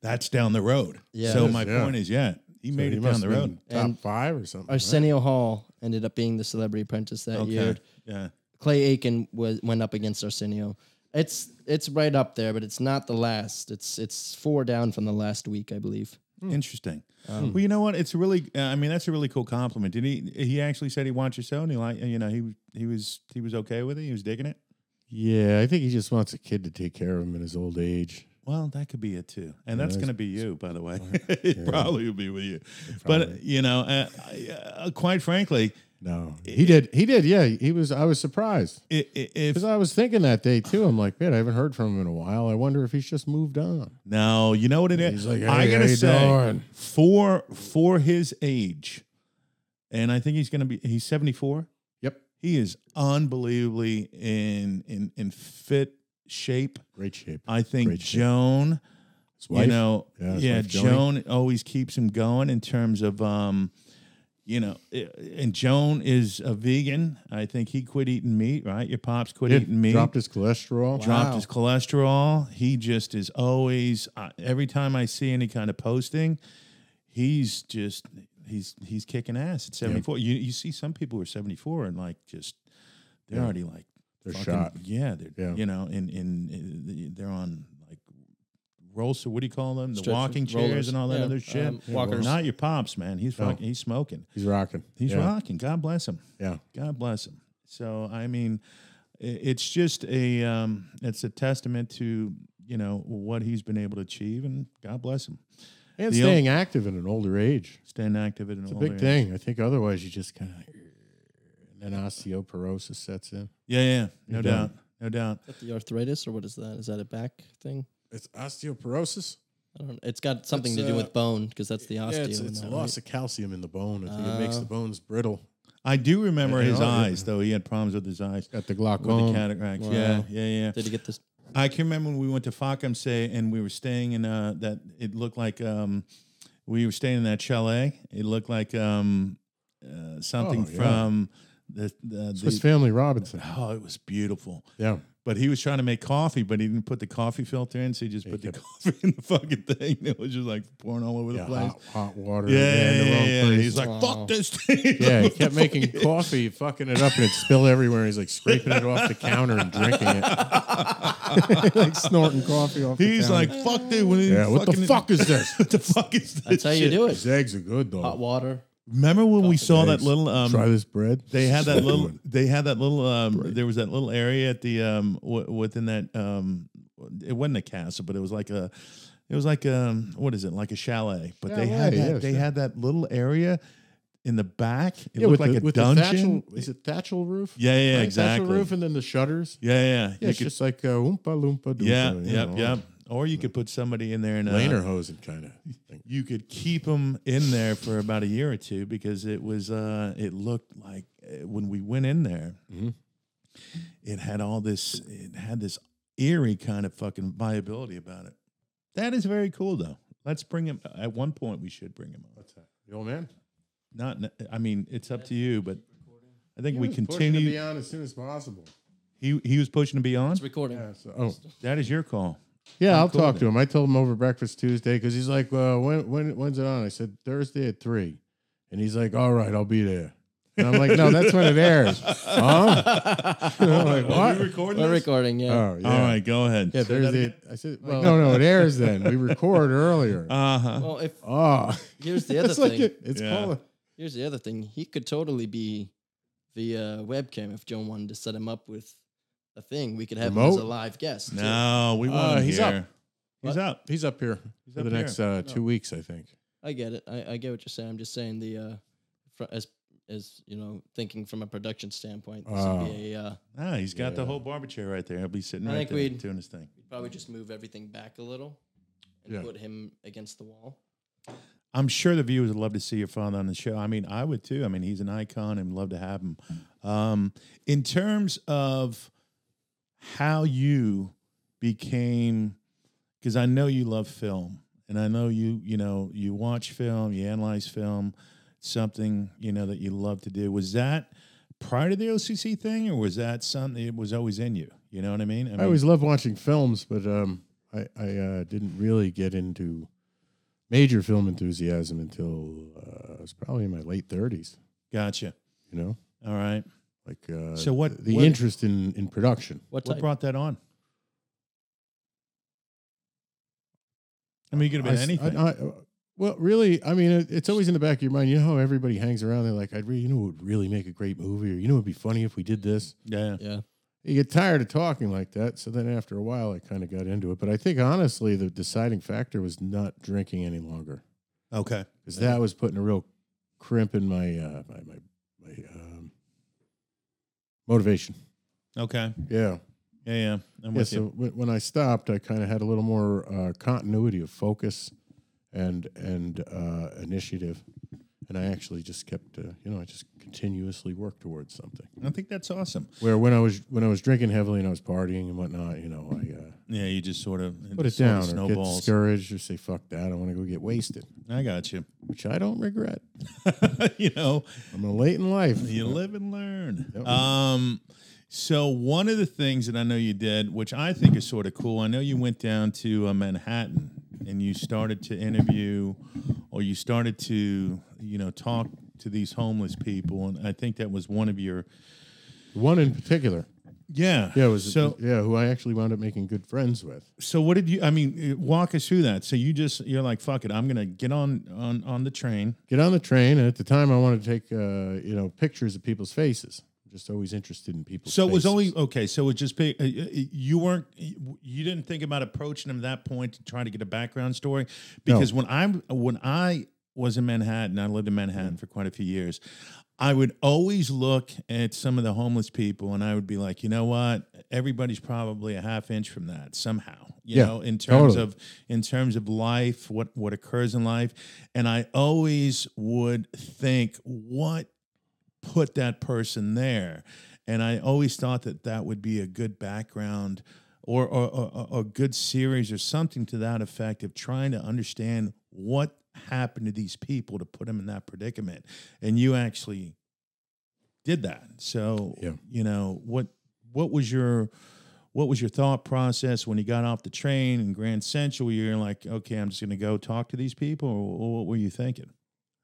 C: that's down the road.
B: Yeah.
C: So
B: Yes,
C: my
A: yeah.
C: point is, yeah, he
A: So
C: made
A: he
C: it down
A: must've
C: the
A: been
C: road.
A: Top
B: And
A: five or something. right?
B: Arsenio Hall ended up being the Celebrity Apprentice that year.
C: Yeah.
B: Clay Aiken was went up against Arsenio. It's it's right up there, but it's not the last. It's it's four down from the last week, I believe. Um,
C: Interesting.
B: Hmm.
C: well, you know what? It's really. Uh, I mean, that's a really cool compliment. Did he? He actually said he watched your show, and he like. You know, he he was he was okay with it. He was digging it.
A: Yeah, I think he just wants a kid to take care of him in his old age.
C: Well, that could be it too, and
A: Yeah,
C: that's
A: that's-
C: going to be you, by the way. it probably would be with you, but
A: probably-
C: you know, uh, I- uh, quite frankly,
A: No, he did. He did. Yeah, he was. I was surprised
C: i- i- if
A: because I was thinking that day too. I'm like, man, I haven't heard from him in a while. I wonder if he's just moved on.
C: no, you know what it is.
A: He's like,
C: I
A: "Hey,
C: gotta
A: how you
C: say,
A: doing?"
C: for for his age, and I think he's going to be. He's seventy four.
A: Yep,
C: He is unbelievably in in in fit shape.
A: great shape.
C: I think
A: Great shape.
C: Joan,
A: His wife,
C: you know,
A: Yeah,
C: yeah,
A: his wife, Joni.
C: Joan always keeps him going in terms of, um, you know, i- and Joan is a vegan. I think he quit eating meat, right? Your pops quit
A: Yeah,
C: eating meat.
A: dropped his cholesterol.
C: dropped
B: Wow.
C: his cholesterol. He just is always. Uh, every time I see any kind of posting, he's just he's he's kicking ass at seventy four. You you see some people who are seventy four and like just they're
A: Yeah.
C: already like
A: They're
C: fucking-
A: shot.
C: Yeah, they're
A: Yeah.
C: you know, and and uh, they're on like rolls. So what do you call them? The
B: Stretch-
C: walking chairs
B: rollers.
C: and all that
B: Yeah,
C: other shit.
B: um, walkers.
C: Not your pops, man. He's
A: No.
C: fucking. He's smoking.
A: He's rocking.
C: He's
A: yeah.
C: rocking. God bless him.
A: Yeah,
C: God bless him. So I mean, i- it's just a um, it's a testament to you know what he's been able to achieve, and God bless him.
A: and
C: The o-
A: staying active in an older age.
C: Staying active at an
A: It's a
C: older
A: big
C: age.
A: thing. I think otherwise you just kind of, and then osteoporosis sets in.
C: Yeah, yeah, no
A: You're
C: doubt,
A: done.
C: no doubt.
B: Is that the arthritis or what is that? Is that a back thing?
A: It's osteoporosis.
B: I don't. It's got something
A: It's,
B: to do
A: uh,
B: with bone because that's the osteo.
A: yeah, it's,
B: in
A: it's
B: that,
A: loss of
B: right?
A: calcium in the bone. I think it makes
B: Uh,
A: the bones brittle.
C: I do remember
A: Yeah,
C: his
A: yeah.
C: eyes, though. He had problems with his eyes.
A: Got the
C: With
A: glaucoma.
C: the cataracts, yeah,
B: Wow.
C: yeah, yeah.
B: Did you get this?
C: I can remember when we went to Fakemse and we were staying in uh, that. It looked like um, we were staying in that chalet. It looked like um, uh, something
A: Oh, yeah.
C: from the the,
A: Swiss
C: the
A: Family Robinson.
C: Oh, it was beautiful.
A: Yeah.
C: But he was trying to make coffee, but he didn't put the coffee filter in, so he just
A: He
C: put the
A: kept-
C: coffee in the fucking thing. It was just like pouring all over the
A: yeah
C: place.
A: hot, hot water.
C: Yeah,
A: yeah, in
C: yeah,
A: the
C: yeah,
A: wrong
C: yeah.
A: place.
C: He's like,
B: Wow.
C: "Fuck this thing."
A: yeah, he
C: What the
A: kept making
C: fuck?
A: coffee, fucking it up, and it spilled everywhere. He's like scraping it off the counter and drinking it, like snorting coffee off. the
C: He's
A: counter.
C: like, "Fuck dude, when he
A: yeah, what the
C: fucking-
A: fuck is this?
C: what the fuck is this?"
B: That's how you
C: shit?
B: do
A: His
B: it.
A: eggs are good though.
B: Hot water.
C: Remember when we saw Uh, that
A: Eggs.
C: little? Um,
A: Try this bread.
C: They had that
A: Good
C: little.
A: one.
C: They had that little. Um, there was that little area at the um w- within that um, it wasn't a castle, but it was like a, it was like um what is it like a chalet? But they had
A: Chalet,
C: that,
A: yeah,
C: they
A: sure.
C: had that little area in the back. It
A: yeah, with
C: looked like
A: the,
C: a
A: with
C: dungeon.
A: The thatchel, is it thatchel roof?
C: yeah, yeah,
A: Right,
C: exactly.
A: Thatchel roof and then the shutters.
C: Yeah, yeah, yeah.
A: Yeah,
C: You
A: it's
C: could,
A: just like uh, oompa loompa. Doompa,
C: yeah,
A: you
C: yep,
A: know,
C: yep. Or you could put somebody in there and uh,
A: Laner hosing kind of thing.
C: you could keep them in there for about a year or two because it was uh it looked like uh, when we went in there
A: Mm-hmm.
C: it had all this it had this eerie kind of fucking viability about it that is very cool though let's bring him at one point we should bring him up
A: The old man.
C: not i mean it's up to you but i think
A: He
C: we
A: was pushing to be
C: continue
A: on as soon as possible.
C: he he was pushing to be on
B: It's recording.
A: Yeah. So, oh.
C: that is your call
A: Yeah, i will
C: cool
A: talk
C: with
A: to him. I told him over breakfast Tuesday because he's like, "Well, when when when's it on?" I said Thursday at three, and he's like, "All right, I'll be there." And I'm like, "No, that's when it airs." huh? And I'm like,
C: are
A: what?
C: we recording
B: We're recording. Yeah.
A: Oh, yeah.
C: all right go ahead
A: Yeah,
C: Say that
A: Thursday.
C: again.
A: I said, like, "No, no, it airs then. We record earlier."
C: uh-huh
B: Well, if
A: oh,
B: here's the other
A: it's like
B: thing.
A: it- it's
C: Yeah.
A: called.
B: Here's the other thing. He could totally be via webcam if Joan wanted to set him up with a thing. We could have him as a
A: Remote?
B: live guest. too.
C: no we want
A: Uh,
C: him
A: he's
C: here.
A: up.
C: he's
A: What?
C: up
A: He's up here for
C: up
A: the next uh, two weeks, I think.
B: I get it. I, I get what you're saying. I'm just saying the uh, fr- as as you know, thinking from a production standpoint, this would be a uh,
C: Ah, he's got the
A: Yeah.
C: whole barber chair right there. He'll be sitting
B: I
C: right
B: think
C: there
B: we'd-
C: doing his thing.
B: probably just move everything back a little and
A: Yeah.
B: put him against the wall.
C: I'm sure the viewers would love to see your father on the show. I mean, I would too. I mean, he's an icon and love to have him. Um, in terms of how you became, because I know you love film, and I know you, you know, you watch film, you analyze film, something you know that you love to do. Was that prior to the OCC thing, or was that something it was always in you? You know what I mean?
A: I always love watching films, but um, I I uh, didn't really get into major film enthusiasm until uh, I was probably in my late 30s,
C: Gotcha.
A: you know?
C: All right.
A: Like uh,
C: So what-
A: the
C: what-
A: interest in, in production.
B: What
C: What
B: type?
C: brought that on? I mean, it could have been
A: I s-
C: anything.
A: I- I- well, really, I mean, it, it's always in the back of your mind. You know how everybody hangs around. They're like, "I'd really, you know, what would really make a great movie," or you know, it'd be funny if we did this.
C: yeah.
B: yeah.
A: You get tired of talking like that. So then, after a while, I kind of got into it. But I think honestly, the deciding factor was not drinking any longer,
C: Okay.
A: because that was putting a real crimp in my uh, my my, my um, motivation.
C: Okay.
A: Yeah,
C: Yeah. Yeah. I'm
A: yeah,
C: with
A: so wh- when I stopped, I kind of had a little more uh, continuity of focus and and uh, initiative, and I actually just kept, uh, you know, I just continuously worked towards something.
C: you. I think that's awesome.
A: Where when I was when I was drinking heavily and I was partying and whatnot, you know, I uh,
C: Yeah. You just sort of
A: put it
C: sort of
A: down or get
C: snowballs.
A: discouraged or say fuck that, I want to go get wasted,
C: I got you.
A: which I don't regret.
C: you know,
A: I'm late in life.
C: you live and learn.
A: Yep.
C: Um, so one of the things that I know you did, which I think is sort of cool, I know you went down to uh, Manhattan and you started to interview, or you started to, you know, talk to these homeless people, and I think that was one of your,
A: One in particular,
C: yeah,
A: yeah, it was
C: so.
A: yeah, who I actually wound up making good friends with.
C: So what did you? I mean, uh, walk us through that. So you just you're like, fuck it, I'm gonna get on on on the train.
A: get on the train and at the time i wanted to take uh, you know pictures of people's faces I'm just always interested in people's
C: So it was
A: faces.
C: only okay. So it was just pick- uh, uh, you weren't you didn't think about approaching him at that point to try to get a background story because when I when I was in Manhattan, I lived in Manhattan for quite a few years. I would always look at some of the homeless people, and I would be like, you know what? Everybody's probably a half inch from that somehow. You
A: Yeah,
C: know, in terms
A: totally.
C: of in terms of life, what what occurs in life, and I always would think, what put that person there. And I always thought that that would be a good background or or, or, or a good series or something to that effect of trying to understand what happened to these people to put them in that predicament. And you actually did that. So
A: Yeah.
C: you know what what was your what was your thought process when you got off the train in Grand Central? You're like, okay, I'm just going to go talk to these people, or what were you thinking?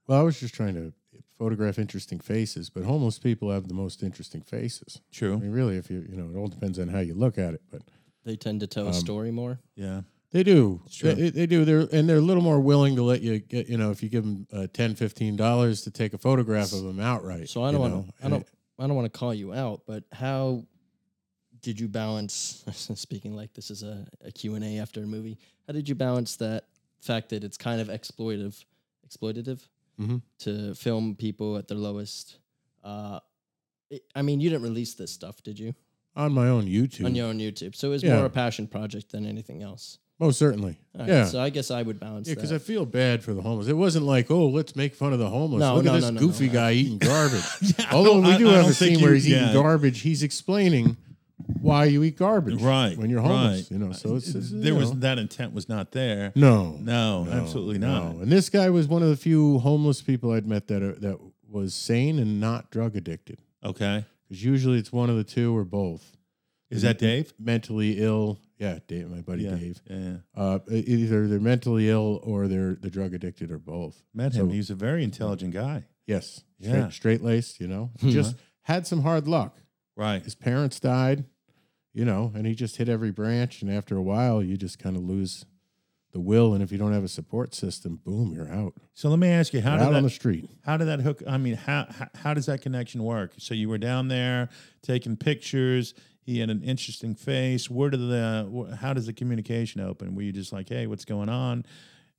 A: well i was just trying to photograph interesting faces but homeless people have the most interesting faces i
C: True.
A: mean really if you you know it all depends on how you look at it but
B: They tend to tell
A: Um,
B: a story more.
C: Yeah.
A: they do
C: It's true.
A: They, they do they're and they're a little more willing to let you get you know if you give them uh, 10 15 dollars to take a photograph of them outright
B: So I don't
A: you
B: want
A: know,
B: to. I
A: and
B: don't. I don't want to call you out, but how did you balance? Speaking like this is a, a Q and A after a movie. How did you balance that fact that it's kind of exploitive, exploitative
A: Mhm.
B: to film people at their lowest? Uh, it, I mean, you didn't release this stuff, did you?
A: on my own youtube
B: On your own YouTube, so it was
A: Yeah.
B: more a passion project than anything else.
A: most certainly
B: All right,
A: yeah
B: So I guess I would balance.
A: Yeah, because I
B: that.
A: feel bad for the homeless. It wasn't like, oh, let's make fun of the homeless.
B: No,
A: Look
B: no,
A: at
B: no,
A: this
B: no,
A: goofy
B: no.
A: guy eating garbage.
C: Yeah, I
A: Although
C: don't-
A: we
C: I-
A: do
C: I
A: have
C: don't
A: a
C: think
A: scene
C: you-
A: where he's
C: yeah.
A: eating garbage, he's explaining why you eat garbage,
C: Right,
A: When you're homeless,
C: right. Uh,
A: you know. So it's, it's
C: there
A: you
C: was
A: know.
C: that intent was not there.
A: no,
C: No, absolutely not.
A: no. And this guy was one of the few homeless people I'd met that uh, that was sane and not drug addicted.
C: Okay,
A: Because usually it's one of the two or both.
C: is that Dave?
A: Mentally ill, yeah, Dave, my buddy
C: yeah.
A: Dave.
C: yeah.
A: Uh, e- either they're mentally ill or they're they're drug addicted or both.
C: Met him.
A: So-
C: He's a very intelligent guy.
A: Yes.
C: Yeah.
A: Straight, straight laced, you know.
B: Hmm.
A: Just had some hard luck.
C: Right.
A: His parents died, you know, and he just hit every branch. And after a while, you just kind of lose the will. And if you don't have a support system, boom, you're out.
C: So let me ask you, how
A: You're
C: did
A: out on
C: that,
A: the street.
C: how did that hook? I mean, how, how how does that connection work? So you were down there taking pictures. He had an interesting face. Where did the wh- how does the communication open? Were you just like, hey, what's going on?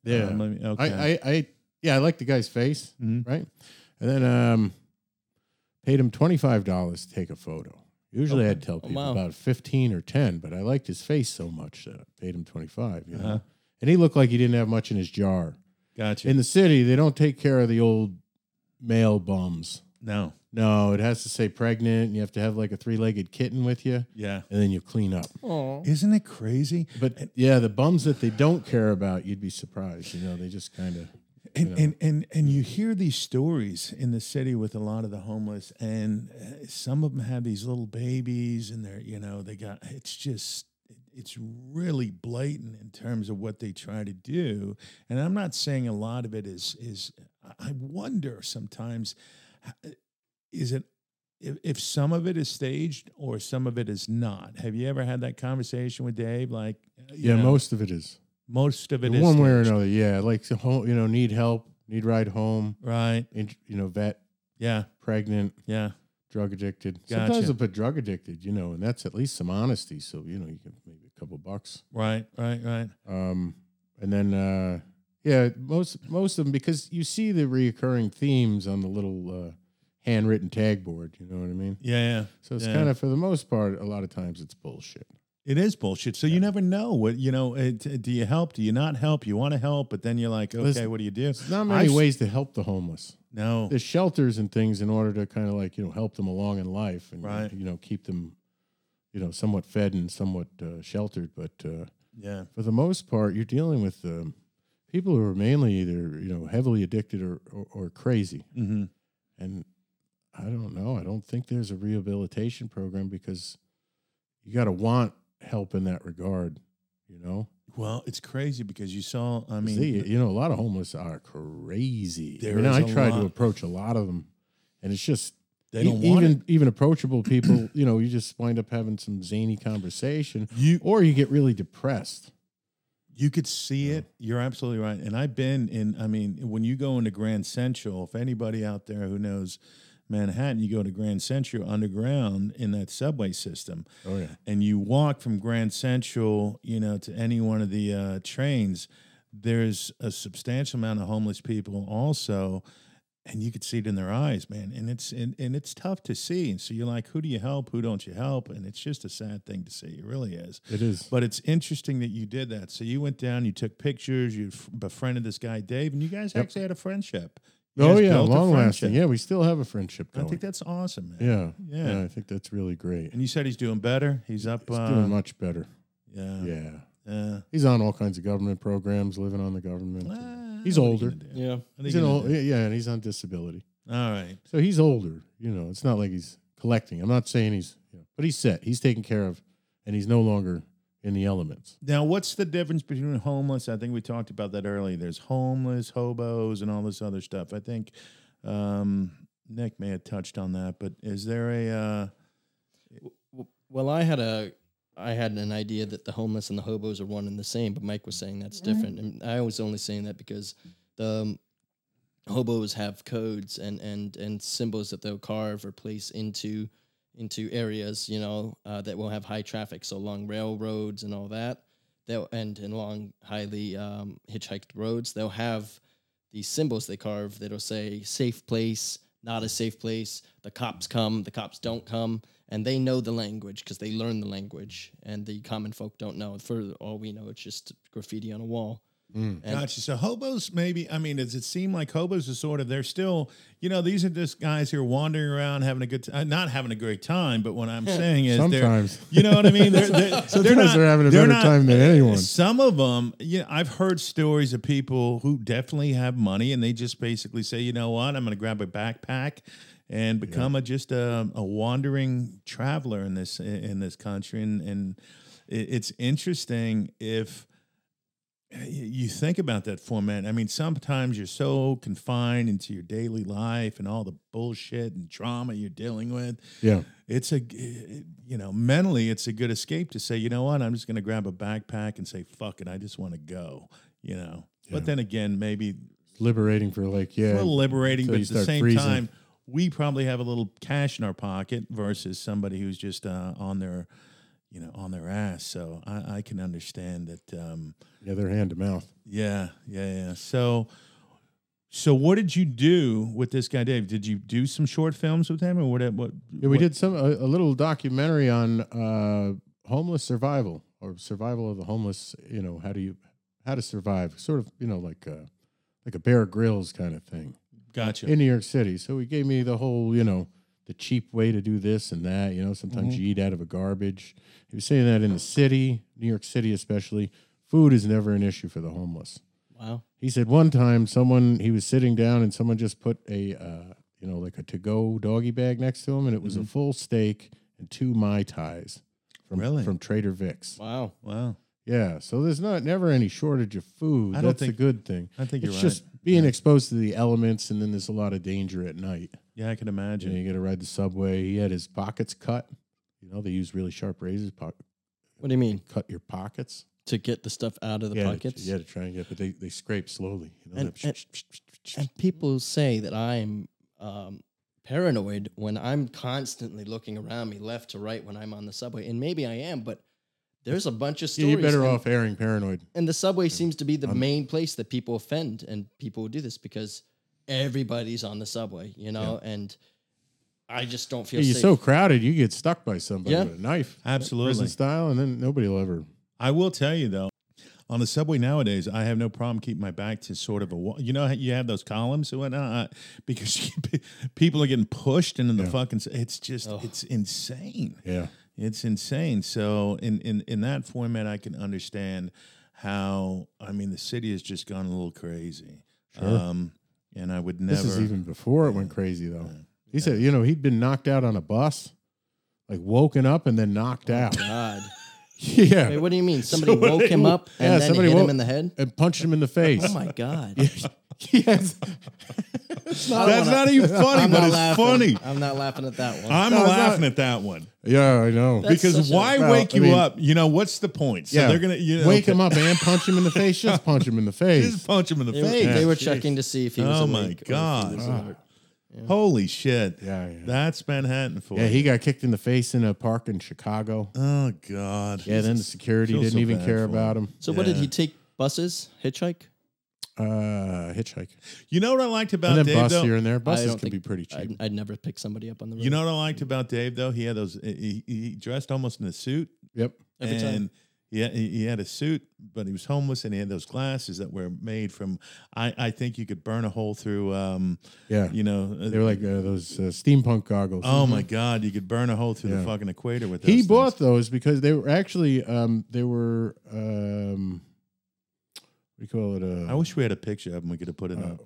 A: Yeah.
C: Um, let me- okay.
A: I, I, I, yeah, I like the guy's face,
C: Mhm.
A: right? And then um, paid him twenty five dollars to take a photo. Usually, I'd tell
B: Oh,
A: people
B: wow.
A: about fifteen or ten, but I liked his face so much that I paid him twenty five. You
C: Uh-huh.
A: know, and he looked like he didn't have much in his jar.
C: Gotcha.
A: In the city, they don't take care of the old male bums.
C: no.
A: No, it has to say pregnant, and you have to have like a three legged kitten with you,
C: Yeah.
A: and then you clean up.
B: Aw.
C: Isn't it crazy?
A: But yeah, the bums that they don't care about, you'd be surprised. You know, they just kind of.
C: And,
A: know?
C: and and and you hear these stories in the city with a lot of the homeless, and uh, some of them have these little babies, and they're you know they got it's just it's really blatant in terms of what they try to do. And I'm not saying a lot of it is is. I- I wonder sometimes, h- is it if, if some of it is staged or some of it is not? Have you ever had that conversation with Dave? Like, uh, you
A: Yeah,
C: know,
A: most of it is.
C: most of it
A: In
C: is
A: one way or
C: staged,
A: another. Yeah, like so ho- you know, need help, need ride home,
C: right?
A: in, you know, vet,
C: Yeah,
A: pregnant,
C: yeah.
A: drug addicted.
C: Gotcha.
A: Sometimes they'll put drug addicted, you know, and that's at least some honesty. So you know, you can maybe a couple bucks.
C: Right, right, right.
A: Um, and then uh, yeah, most most of them because you see the reoccurring themes on the little uh, handwritten tag board. You know what I mean?
C: Yeah, yeah.
A: So it's
C: Yeah.
A: kind of for the most part, a lot of times it's bullshit.
C: It is bullshit. So you never know what you know. It, do you help? Do you not help? You want to help, but then you're like, okay,
A: Listen,
C: what do you do?
A: There's not many
C: I've-
A: ways to help the homeless.
C: No,
A: There's shelters and things in order to kind of like you know help them along in life and
C: Right.
A: you know keep them you know somewhat fed and somewhat uh, sheltered, but. Uh,
C: yeah,
A: for the most part, you're dealing with um, people who are mainly either you know heavily addicted or, or, or crazy.
C: mm-hmm.
A: And I don't know. I don't think there's a rehabilitation program because you got to want help in that regard. You know,
C: Well, it's crazy because you saw. I
A: 'Cause
C: mean,
A: they- you know, a lot of homeless are crazy.
C: There
A: I mean,
C: is
A: I
C: a
A: tried
C: lot.
A: to approach a lot of them, and it's just
C: they
A: e-
C: don't want
A: even
C: it.
A: even approachable people. you know, you just wind up having some zany conversation,
C: You
A: or you get really depressed.
C: you could see
A: Yeah.
C: it. You're absolutely right. And I've been in. I mean, when you go into Grand Central, if anybody out there who knows Manhattan, you go to Grand Central underground in that subway system.
A: Oh yeah,
C: and you walk from Grand Central, you know, to any one of the uh, trains, there's a substantial amount of homeless people also, and you could see it in their eyes, man. And it's and, and it's tough to see. And so you're like, who do you help? Who don't you help? And it's just a sad thing to see. It really is.
A: it is.
C: But it's interesting that you did that. So you went down, you took pictures, you f- befriended this guy Dave, and you guys
A: Yep.
C: actually had a friendship. You
A: Oh
C: guys
A: yeah,
C: built a
A: long lasting.
C: friendship.
A: Yeah, we still have a friendship
C: I
A: going.
C: think that's awesome, man.
A: yeah,
C: Yeah.
A: yeah, I think that's really great.
C: And you said he's doing better. He's up.
A: He's
C: uh,
A: doing much better.
C: yeah.
A: yeah,
C: Yeah.
A: he's on all kinds of government programs, living on the government.
C: Ah,
A: He's
C: what are you
A: older.
C: gonna do?
B: Yeah.
C: What are
A: he's
C: you
A: an
C: gonna
A: old,
C: do?
A: yeah, and he's on disability,
C: All right.
A: so he's older. You know, it's not like he's collecting. I'm not saying he's, you know, but he's set. He's taken care of, and he's no longer in the elements.
C: Now, what's the difference between homeless? I think we talked about that earlier. There's homeless, hobos, and all this other stuff. I think um, Nick may have touched on that, but is there a uh,
B: W- Well, I had a I had an idea that the homeless and the hobos are one and the same, but Mike was saying that's different, and I was only saying that because the um, hobos have codes and and and symbols that they'll carve or place into into areas you know uh, that will have high traffic, so along railroads and all that. They'll and and along highly um, hitchhiked roads, they'll have these symbols they carve that'll say safe place, not a safe place, the cops come, the cops don't come, and they know the language because they learn the language and the common folk don't know. For all we know, it's just graffiti on a wall. And
C: Gotcha. So hobos, maybe. I mean, does it seem like hobos are sort of they're still, you know, these are just guys who are wandering around having a good, time, not having a great time. But what I'm saying is, they're,
A: Sometimes,
C: you know what I mean. They're, they're,
A: sometimes they're,
C: not-
A: having a
C: they're
A: better
C: not-
A: time than anyone.
C: Some of them, you know, I've heard stories of people who definitely have money and they just basically say, you know what, I'm going to grab a backpack and become a just a, a wandering traveler in this in this country. And and it, it's interesting if you think about that format. I mean, sometimes you're so confined into your daily life and all the bullshit and drama you're dealing with
A: Yeah,
C: it's a you know mentally it's a good escape to say you know what i'm just going to grab a backpack and say fuck it i just want to go you know but
A: Yeah.
C: then again maybe
A: it's liberating for like yeah,
C: a little liberating
A: until
C: but
A: you
C: at the
A: start
C: same
A: freezing.
C: time we probably have a little cash in our pocket versus somebody who's just uh, on their you know on their ass so i, I can understand that um,
A: yeah, they're hand to mouth.
C: yeah yeah yeah so so what did you do with this guy dave did you do some short films with him or what what
A: Yeah, we
C: what-
A: did some a, a little documentary on uh, homeless survival or survival of the homeless. You know, how do you how to survive? Sort of, you know, like a like a Bear Grylls kind of thing
C: gotcha
A: in New York City. So he gave me the whole, you know, the cheap way to do this and that. You know, sometimes you eat out of a garbage. He was saying that in the city, New York City especially, food is never an issue for the homeless.
B: wow,
A: He said one time someone he was sitting down and someone just put a uh, you
C: Mm-hmm.
A: know like a to go doggy bag next to him and it was a full steak and two mai tais from
C: Really?
A: from Trader Vic's.
B: Wow.
C: Wow.
A: Yeah, so there's not never any shortage of food.
C: I don't
A: That's
C: think-
A: a good thing.
C: I think
A: It's
C: you're
A: just
C: right.
A: being
C: Yeah.
A: exposed to the elements, and then there's a lot of danger at night.
C: Yeah, I can
A: You, know,
C: imagine.
A: you got to ride the subway. He had his pockets cut. You know, they use really sharp razors. Po-
B: What do you mean?
A: cut your pockets.
B: To get the stuff out of the
A: yeah, to-
B: pockets?
A: yeah, to try and get, but they, they scrape slowly. You know,
B: And-
A: that-
B: And people say that I'm um, paranoid when I'm constantly looking around me left to right when I'm on the subway. And maybe I am, but there's a bunch of
A: Yeah,
B: stories.
A: you're better
B: and-
A: off airing paranoid.
B: And the subway seems to be the
A: I'm-
B: main place that people offend, and people do this because everybody's on the subway, you know. And I just don't feel
A: Yeah, you're
B: safe.
A: so crowded, you get stuck by somebody
B: Yeah.
A: with a knife.
C: Absolutely.
A: Prison style, and then nobody will ever.
C: I will tell you though, on the subway nowadays, I have no problem keeping my back to sort of a wall. You know, how you have those columns and whatnot I- because people are getting pushed into the
A: Yeah.
C: fucking. s- It's just,
B: Ugh.
C: it's insane.
A: Yeah.
C: It's insane. So in in in that format, I can understand how. I mean, the city has just gone a little crazy.
A: Sure.
C: Um, and I would never.
A: This is even before it went crazy, though. He said, you know, he'd been knocked out on a bus, like woken up and then knocked
C: Oh.
A: out.
B: God.
A: yeah.
B: Wait, what do you mean? Somebody
A: what
B: woke
A: they-
B: him up and
A: Yeah,
B: then
A: somebody
B: hit him
A: woke-
B: in the head?
A: and punched him in the face.
B: Oh my God.
A: yes.
B: I
C: That's
B: wanna-
C: not even funny,
B: I'm
C: but
B: not
C: it's
B: laughing.
C: funny.
B: I'm not laughing at that one.
C: I'm
A: No, it's
C: laughing
A: not-
C: at that one
A: Yeah, I know.
B: That's
C: because
B: such a-
C: why
A: Well,
C: wake
A: I
C: you
A: mean-
C: up? You know what's the point? So
A: yeah.
C: they're gonna you know,
A: wake
C: okay.
A: him up and punch him in the face. Just punch him in the face.
C: Just punch him in the
B: They were,
C: face.
B: they were
C: Jeez.
B: checking to see if he was
C: Oh, my
B: awake or if he was
C: God.
B: alert.
C: Holy shit!
A: Yeah, yeah.
C: That's Manhattan for
A: Yeah,
C: you.
A: he got kicked in the face in a park in Chicago.
C: Oh God.
A: Yeah, then the security
C: Feels
A: didn't
C: so
A: even
C: bad
A: care
C: for
A: about him.
B: So what did
C: Yeah.
B: he take? Buses? Hitchhike?
A: Uh, hitchhike.
C: You know what I liked about
A: And then
C: Dave
A: bus
C: though.
A: here and there. Buses
B: don't
A: can be
B: think-
A: pretty cheap.
B: I'd, I'd never pick somebody up on the road.
C: You know what I liked about Dave though. He had those. He, he he dressed almost in a suit,
A: yep.
B: Every
C: and
B: time.
C: yeah, he, he had a suit, but he was homeless, and he had those glasses that were made from. I I think you could burn a hole through. Um,
A: Yeah.
C: you know,
A: They were like uh, those uh, steampunk goggles.
C: oh my God, you could burn a hole through the
A: Yeah.
C: fucking equator with. Those
A: he
C: things.
A: bought those because they were actually um they were um what do you call it uh,
C: I wish we had a picture of him. We could have put it
A: uh,
C: up.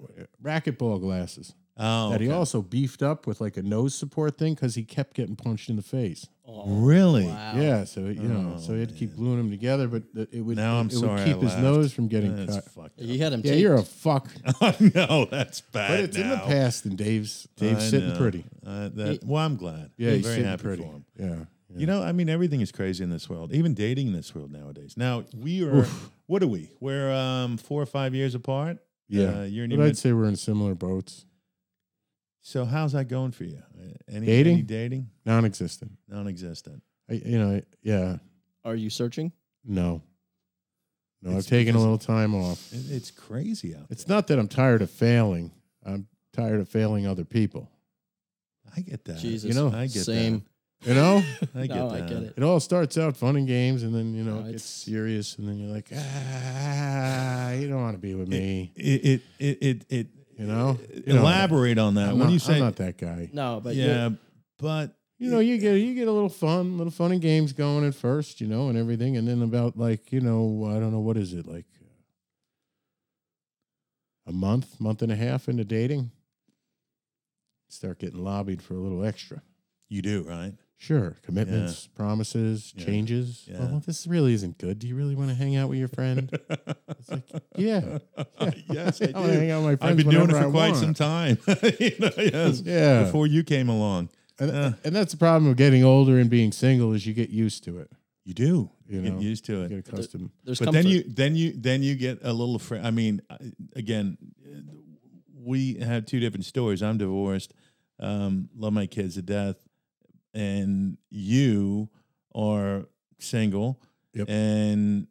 A: racquetball glasses
C: Oh,
A: that he
C: okay.
A: also beefed up with like a nose support thing because he kept getting punched in the face.
B: Oh,
C: really.
B: wow.
A: Yeah, so it- you know,
C: Oh,
A: so he had to keep gluing them together, but th- it would
C: Now
A: it,
C: I'm
A: it
C: sorry
A: would
C: I
A: keep his
C: laughed.
A: nose from getting
C: That's
A: cut.
C: fucked.
B: He had him.
A: Yeah,
B: taped.
A: you're a fuck.
C: up. no, that's bad.
A: But it's in the
C: now.
A: past, and Dave's
C: I
A: Dave's sitting
C: know.
A: pretty.
C: Uh, that, well, I'm glad.
A: Yeah,
C: I'm
A: he's
C: very
A: sitting
C: happy
A: pretty.
C: for him.
A: Yeah, yeah.
C: You know, I mean, everything is crazy in this world, even dating in this world nowadays. Now we are, what are we? We're um, four or five years apart.
A: Yeah.
C: uh, you're in
A: but
C: your
A: I'd
C: mid-
A: say we're in similar boats.
C: So how's that going for you? Uh, Any
A: Dating?
C: any dating?
A: Non-existent.
C: Non-existent.
A: I, you know, yeah,
B: Are you searching?
A: no, no.
C: It's
A: I've taken a
C: because-
A: little time off.
C: It, it's crazy out.
A: It's not that I'm tired of failing. I'm tired of failing other people.
C: I get that.
B: Jesus.
A: know,
C: I get
B: Same.
A: You know,
C: that. I get
B: no,
C: that.
B: I get it.
A: it all starts out fun and games, and then you know
B: No,
A: it
B: it's-
A: gets serious, and then you're like, ah, you don't want to be with me.
C: It it it it. it
A: You know? You know,
C: Elaborate on that.
A: I'm
C: uh, when
A: not,
C: you say,
A: I'm not that guy.
B: No, but
C: yeah,
B: yeah.
C: but
A: You know, you get you get a little fun, little fun and games going at first, you know, and everything, and then about like you know, I don't know what is it like uh, a month, month and a half into dating, start getting lobbied for a little extra.
C: you do right.
A: Sure, commitments, promises,
C: Yeah.
A: changes.
C: Yeah.
A: Well, this really isn't good. Do you really want to hang out with your friend?
C: it's
A: like, yeah,
C: yes, I
A: I wanna
C: do.
A: hang out with my friends
C: I've been doing it for
A: whenever I
C: quite
A: want.
C: some time. you know, yes.
A: Yeah,
C: Before you came along.
A: and,
C: uh.
A: and that's the problem of getting older and being single is you get used to it.
C: You do.
A: You
C: get
A: know,
C: used to it.
A: You get accustomed.
B: There's
C: but
B: comfort.
C: then you then you then you get a little afraid. I mean, I- again, uh, we have two different stories. I'm divorced. Um, love my kids to death, and you are single.
A: Yep.
C: And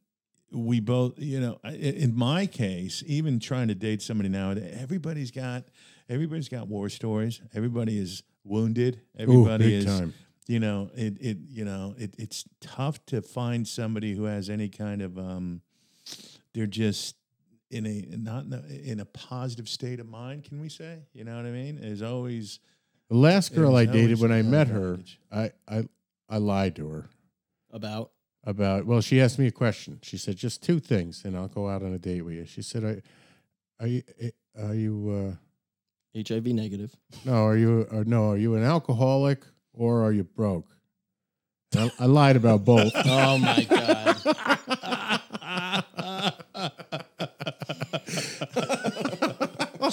C: we both, you know, I- i- in my case, even trying to date somebody now, everybody's got everybody's got war stories. Everybody is wounded. Everybody
A: Ooh, big
C: is
A: time.
C: you know it it you know it it's tough to find somebody who has any kind of um they're just in a not in a, in a positive state of mind can we say you know what i mean is always
A: The last
C: It
A: girl
C: was
A: I dated
C: always
A: when I
C: about
A: met her,
C: baggage.
A: I, I I lied to her
B: about
A: about well, she asked me a question. She said just two things and I'll go out on a date with you. She said I are you eh, are you
B: HIV negative.
A: uh, no, are you or no, are you an alcoholic or are you broke? I, I lied about both.
B: Oh my god.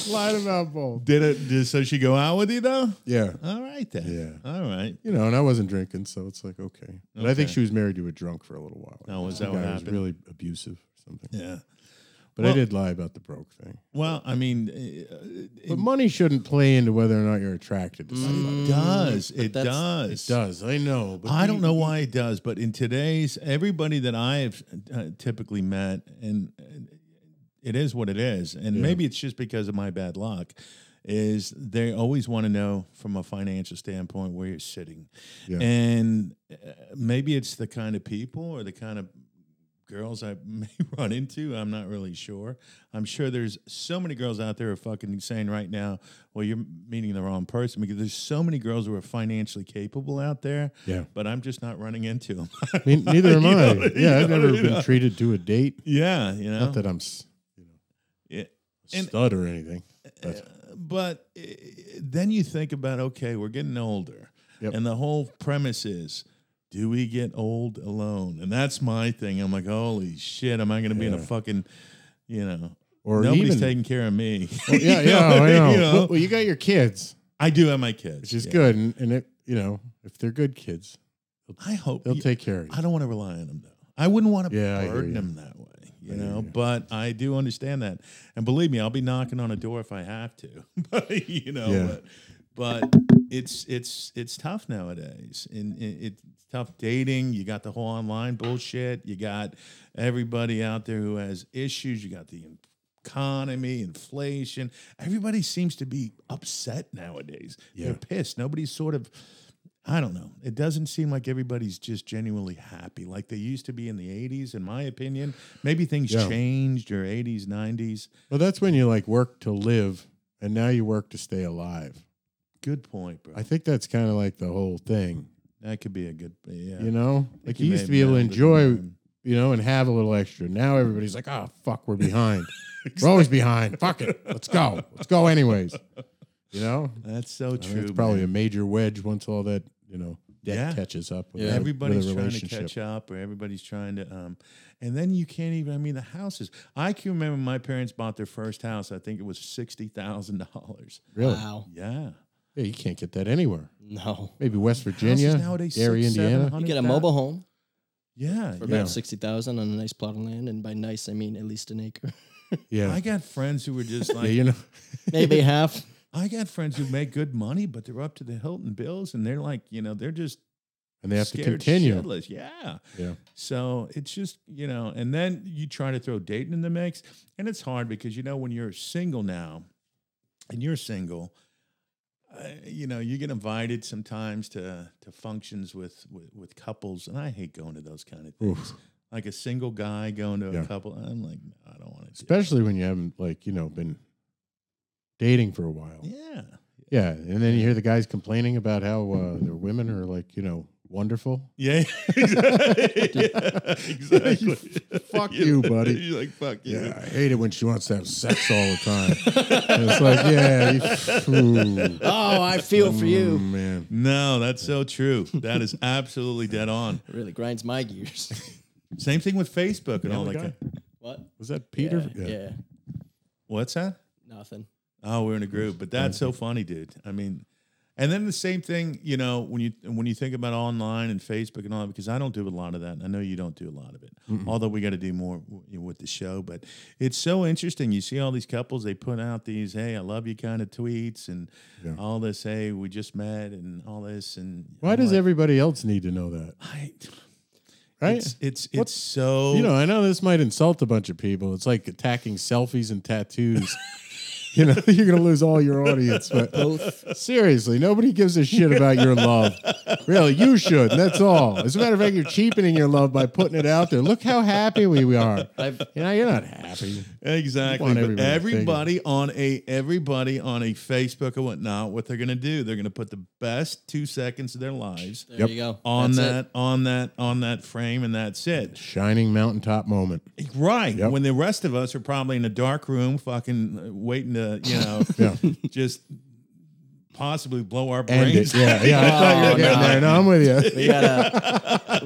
A: lied about both.
C: Did it? Did, so she go out with you though?
A: Yeah.
C: All right then.
A: Yeah.
C: All right.
A: You know, and I wasn't drinking, so it's like okay. But I think
C: Okay.
A: she was married to a drunk for a little while.
C: Oh, is
A: Some
C: that what
A: guy
C: happened?
A: Was really abusive or something.
C: Yeah.
A: But
C: Well-
A: I did lie about the broke thing.
C: Well, I mean, uh,
A: But money shouldn't play into whether or not you're attracted to somebody.
C: it does.
B: But
C: It
B: that's-
C: does.
A: It does. I know. But
C: Mm, I
A: you-
C: don't know why it does, but in today's everybody that I have uh, typically met, and uh, it is what it is, and
A: Yeah.
C: maybe it's just because of my bad luck, is they always want to know from a financial standpoint where you're sitting,
A: Yeah.
C: and uh, maybe it's the kind of people or the kind of girls I may run into. I'm not really sure. I'm sure there's so many girls out there who are fucking saying right now, well, you're meeting the wrong person because there's so many girls who are financially capable out there.
A: Yeah.
C: But I'm just not running into them.
A: I mean, neither am
C: You
A: I.
C: know, you
A: yeah, I've
C: know,
A: never
C: you
A: been
C: know.
A: treated to a date.
C: yeah. You know,
A: Not that I'm s-
C: Yeah. And-
A: stud or anything. That's-
C: but uh, then you think about okay, we're getting older,
A: Yep.
C: and the whole premise is. Do we get old alone? And that's my thing. I'm like, holy shit, am I going to be in a
A: Yeah.
C: fucking, you know,
A: Or even
C: nobody's
A: Oh,
C: taking care of me.
A: yeah,
C: You know
A: yeah,
C: what
A: I
C: mean?
A: know.
C: You know?
A: Well, well, you got your kids,
C: I do have my kids,
A: which is
C: yeah.
A: good, and, and it, you know, if they're good kids,
C: I hope
A: they'll
C: you-
A: take care of you.
C: I don't want to rely on them though. I wouldn't want to
A: Yeah, I hear
C: burden
A: you.
C: them that way, you
A: I hear
C: know.
A: you.
C: But I do understand that, and believe me, I'll be knocking on a door if I have to. but you know,
A: Yeah.
C: but, but it's it's it's tough nowadays, and it, it's tough dating. You got the whole online bullshit. You got everybody out there who has issues. You got the economy, inflation. Everybody seems to be upset nowadays.
A: Yeah.
C: They're pissed. Nobody's sort of I don't know. It doesn't seem like everybody's just genuinely happy like they used to be in the 80s, in my opinion. Maybe things
A: Yeah.
C: changed or 80s, 90s.
A: Well, that's when you like work to live, and now you work to stay alive.
C: Good point, bro.
A: I think that's kind of like the whole thing,
C: that could be a good, yeah.
A: you know. Like you
C: may
A: used
C: have
A: to be able to
C: nailed it,
A: enjoy,
C: man.
A: you know, and have a little extra. Now everybody's like, "Oh fuck, we're behind. we're always behind. Fuck it, let's go. Let's go anyways." You know,
C: That's so
A: I mean,
C: true.
A: it's probably
C: man.
A: a major wedge once all that you know debt
C: Yeah.
A: catches up. With
B: Yeah.
A: the- with the
C: everybody's trying to
A: relationship.
C: catch up or everybody's trying to um and then you can't even i mean the houses i can remember my parents bought their first house i think it was $60000
A: Really?
B: Wow.
C: yeah
A: Yeah, you can't get that anywhere.
B: No.
A: Maybe West
C: Houses
A: Virginia,
C: nowadays
A: Gary,
C: six,
A: Indiana.
C: 700,
B: You get a
C: thou-
B: mobile home
C: yeah
B: for
C: yeah.
A: Yeah.
B: about sixty thousand on a nice plot of land, and by nice I mean at least an acre,
A: Yeah,
C: i got friends who were just
A: yeah,
C: like
A: you know,
B: maybe half.
C: I got friends who make good money, but they're up to the Hilton bills, and they're like, you know, they're just
A: and they have to
C: scared
A: continue.
C: shitless. Yeah.
A: Yeah,
C: So it's just, you know, and then you try to throw dating in the mix, and it's hard because you know when you're single now, and you're single, uh, you know, you get invited sometimes to to functions with, with with couples, and I hate going to those kind of things.
A: Oof.
C: Like a single guy going to a
A: Yeah.
C: couple, I'm like, I don't want to.
A: especially when you haven't like you know been dating for a while. Yeah,
C: yeah,
A: and then you hear the guys complaining about how uh, their women are like you know wonderful.
C: Yeah, exactly. exactly.
A: Fuck you, buddy.
C: You're like, fuck you.
A: I hate it when she wants to have sex all the time. And it's like, yeah, you fool.
B: Oh, I feel for
A: Mm,
B: you.
A: man.
C: No, that's so true. That is absolutely dead on.
B: It really grinds my gears.
C: Same thing with Facebook and all
A: the
C: that.
A: guy?
C: kind-
B: what?
A: Was that Peter?
B: Yeah, yeah.
C: What's that?
B: Nothing.
C: Oh, we're in a group, but that's so funny, dude. I mean, and then the same thing, you know, when you when you think about online and Facebook and all that, because I don't do a lot of that. and I know you don't do a lot of it, although we got to do more w- with the show. But it's so interesting. You see all these couples; they put out these "Hey, I love you" kind of tweets and
A: Yeah.
C: all this. Hey, we just met and all this. And
A: Why
C: I'm
A: does
C: like,
A: everybody else need to know that?
C: I,
A: Right?
C: It's it's,
A: What-
C: it's so
A: You know, I know this might insult a bunch of people. It's like attacking selfies and tattoos. you know, you're going to lose all your audience. But
B: Both.
A: seriously, nobody gives a shit about your love. Really, you should. And that's all. As a matter of fact, you're cheapening your love by putting it out there. Look how happy we are.
B: I've
A: You know, you're not happy.
C: Exactly.
A: want
C: But
A: everybody to think.
C: everybody on a everybody on a Facebook or whatnot, what they're gonna do, they're gonna put the best two seconds of their lives
B: there
A: Yep.
B: you go.
C: on
B: That's it.
C: that, on that, on that frame, and that's it.
A: Shining mountaintop moment.
C: Right.
A: Yep.
C: When the rest of us are probably in a dark room, fucking uh, waiting to, you know,
A: Yeah.
C: just possibly blow our
A: End
C: brains.
A: it. Yeah, yeah. I thought you
B: Oh,
A: were getting
B: no.
A: there. No, I'm with you.
B: We gotta,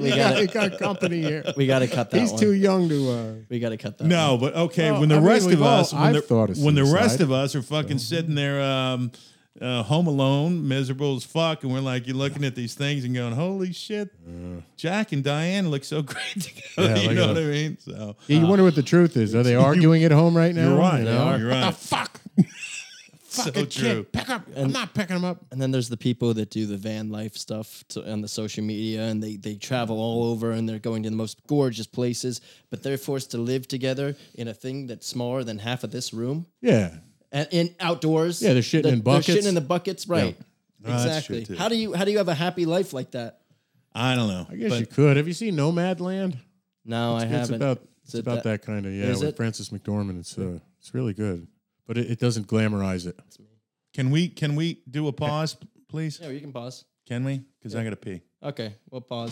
B: we gotta-
A: you got company here.
B: we gotta cut that
A: He's
B: one.
A: too young to. Uh,
B: we gotta cut that. one.
C: No, but okay.
A: Well,
C: when the
A: I mean,
C: rest
A: we've
C: of
A: all-
C: us, when
A: I've
C: the,
A: thought of
C: when the
A: suicide.
C: rest of us are fucking sitting there, um, uh, home alone, miserable as fuck, and we're like, you're looking at these things and going, "Holy shit, Jack and Diane look so great together."
A: Yeah,
C: you
A: look
C: know
A: at
C: what I
A: them.
C: mean? So
A: yeah,
B: Uh,
A: you wonder what the truth is. Are they arguing at home right now?
C: you're right.
A: You know?
C: You're right.
A: Fuck.
C: so
A: Good
C: true.
A: kid. Pick up. I'm
B: And-
A: not picking him up.
B: And then there's the people that do the van life stuff to, on the social media, and they they travel all over, and they're going to the most gorgeous places, but they're forced to live together in a thing that's smaller than half of this room,
A: Yeah.
B: and in outdoors.
A: Yeah, they're shitting in
B: They're
A: buckets.
B: shitting in the buckets, right?
C: No, that's true,
B: exactly.
C: too.
B: How do you how do you have a happy life like that?
C: I don't know.
A: I guess
C: but
A: you could. Have you seen Nomad Land?
B: No, I
A: it's
B: haven't.
A: about
B: Is
A: it's
B: it
A: about that, kind of yeah
B: Is
A: with
B: it?
A: Francis McDormand. It's uh, it's really good, but it, it doesn't glamorize it.
C: can we can we do a pause, please?
B: Yeah, you can pause.
C: Can we? Because I gotta pee.
B: Okay, we'll pause.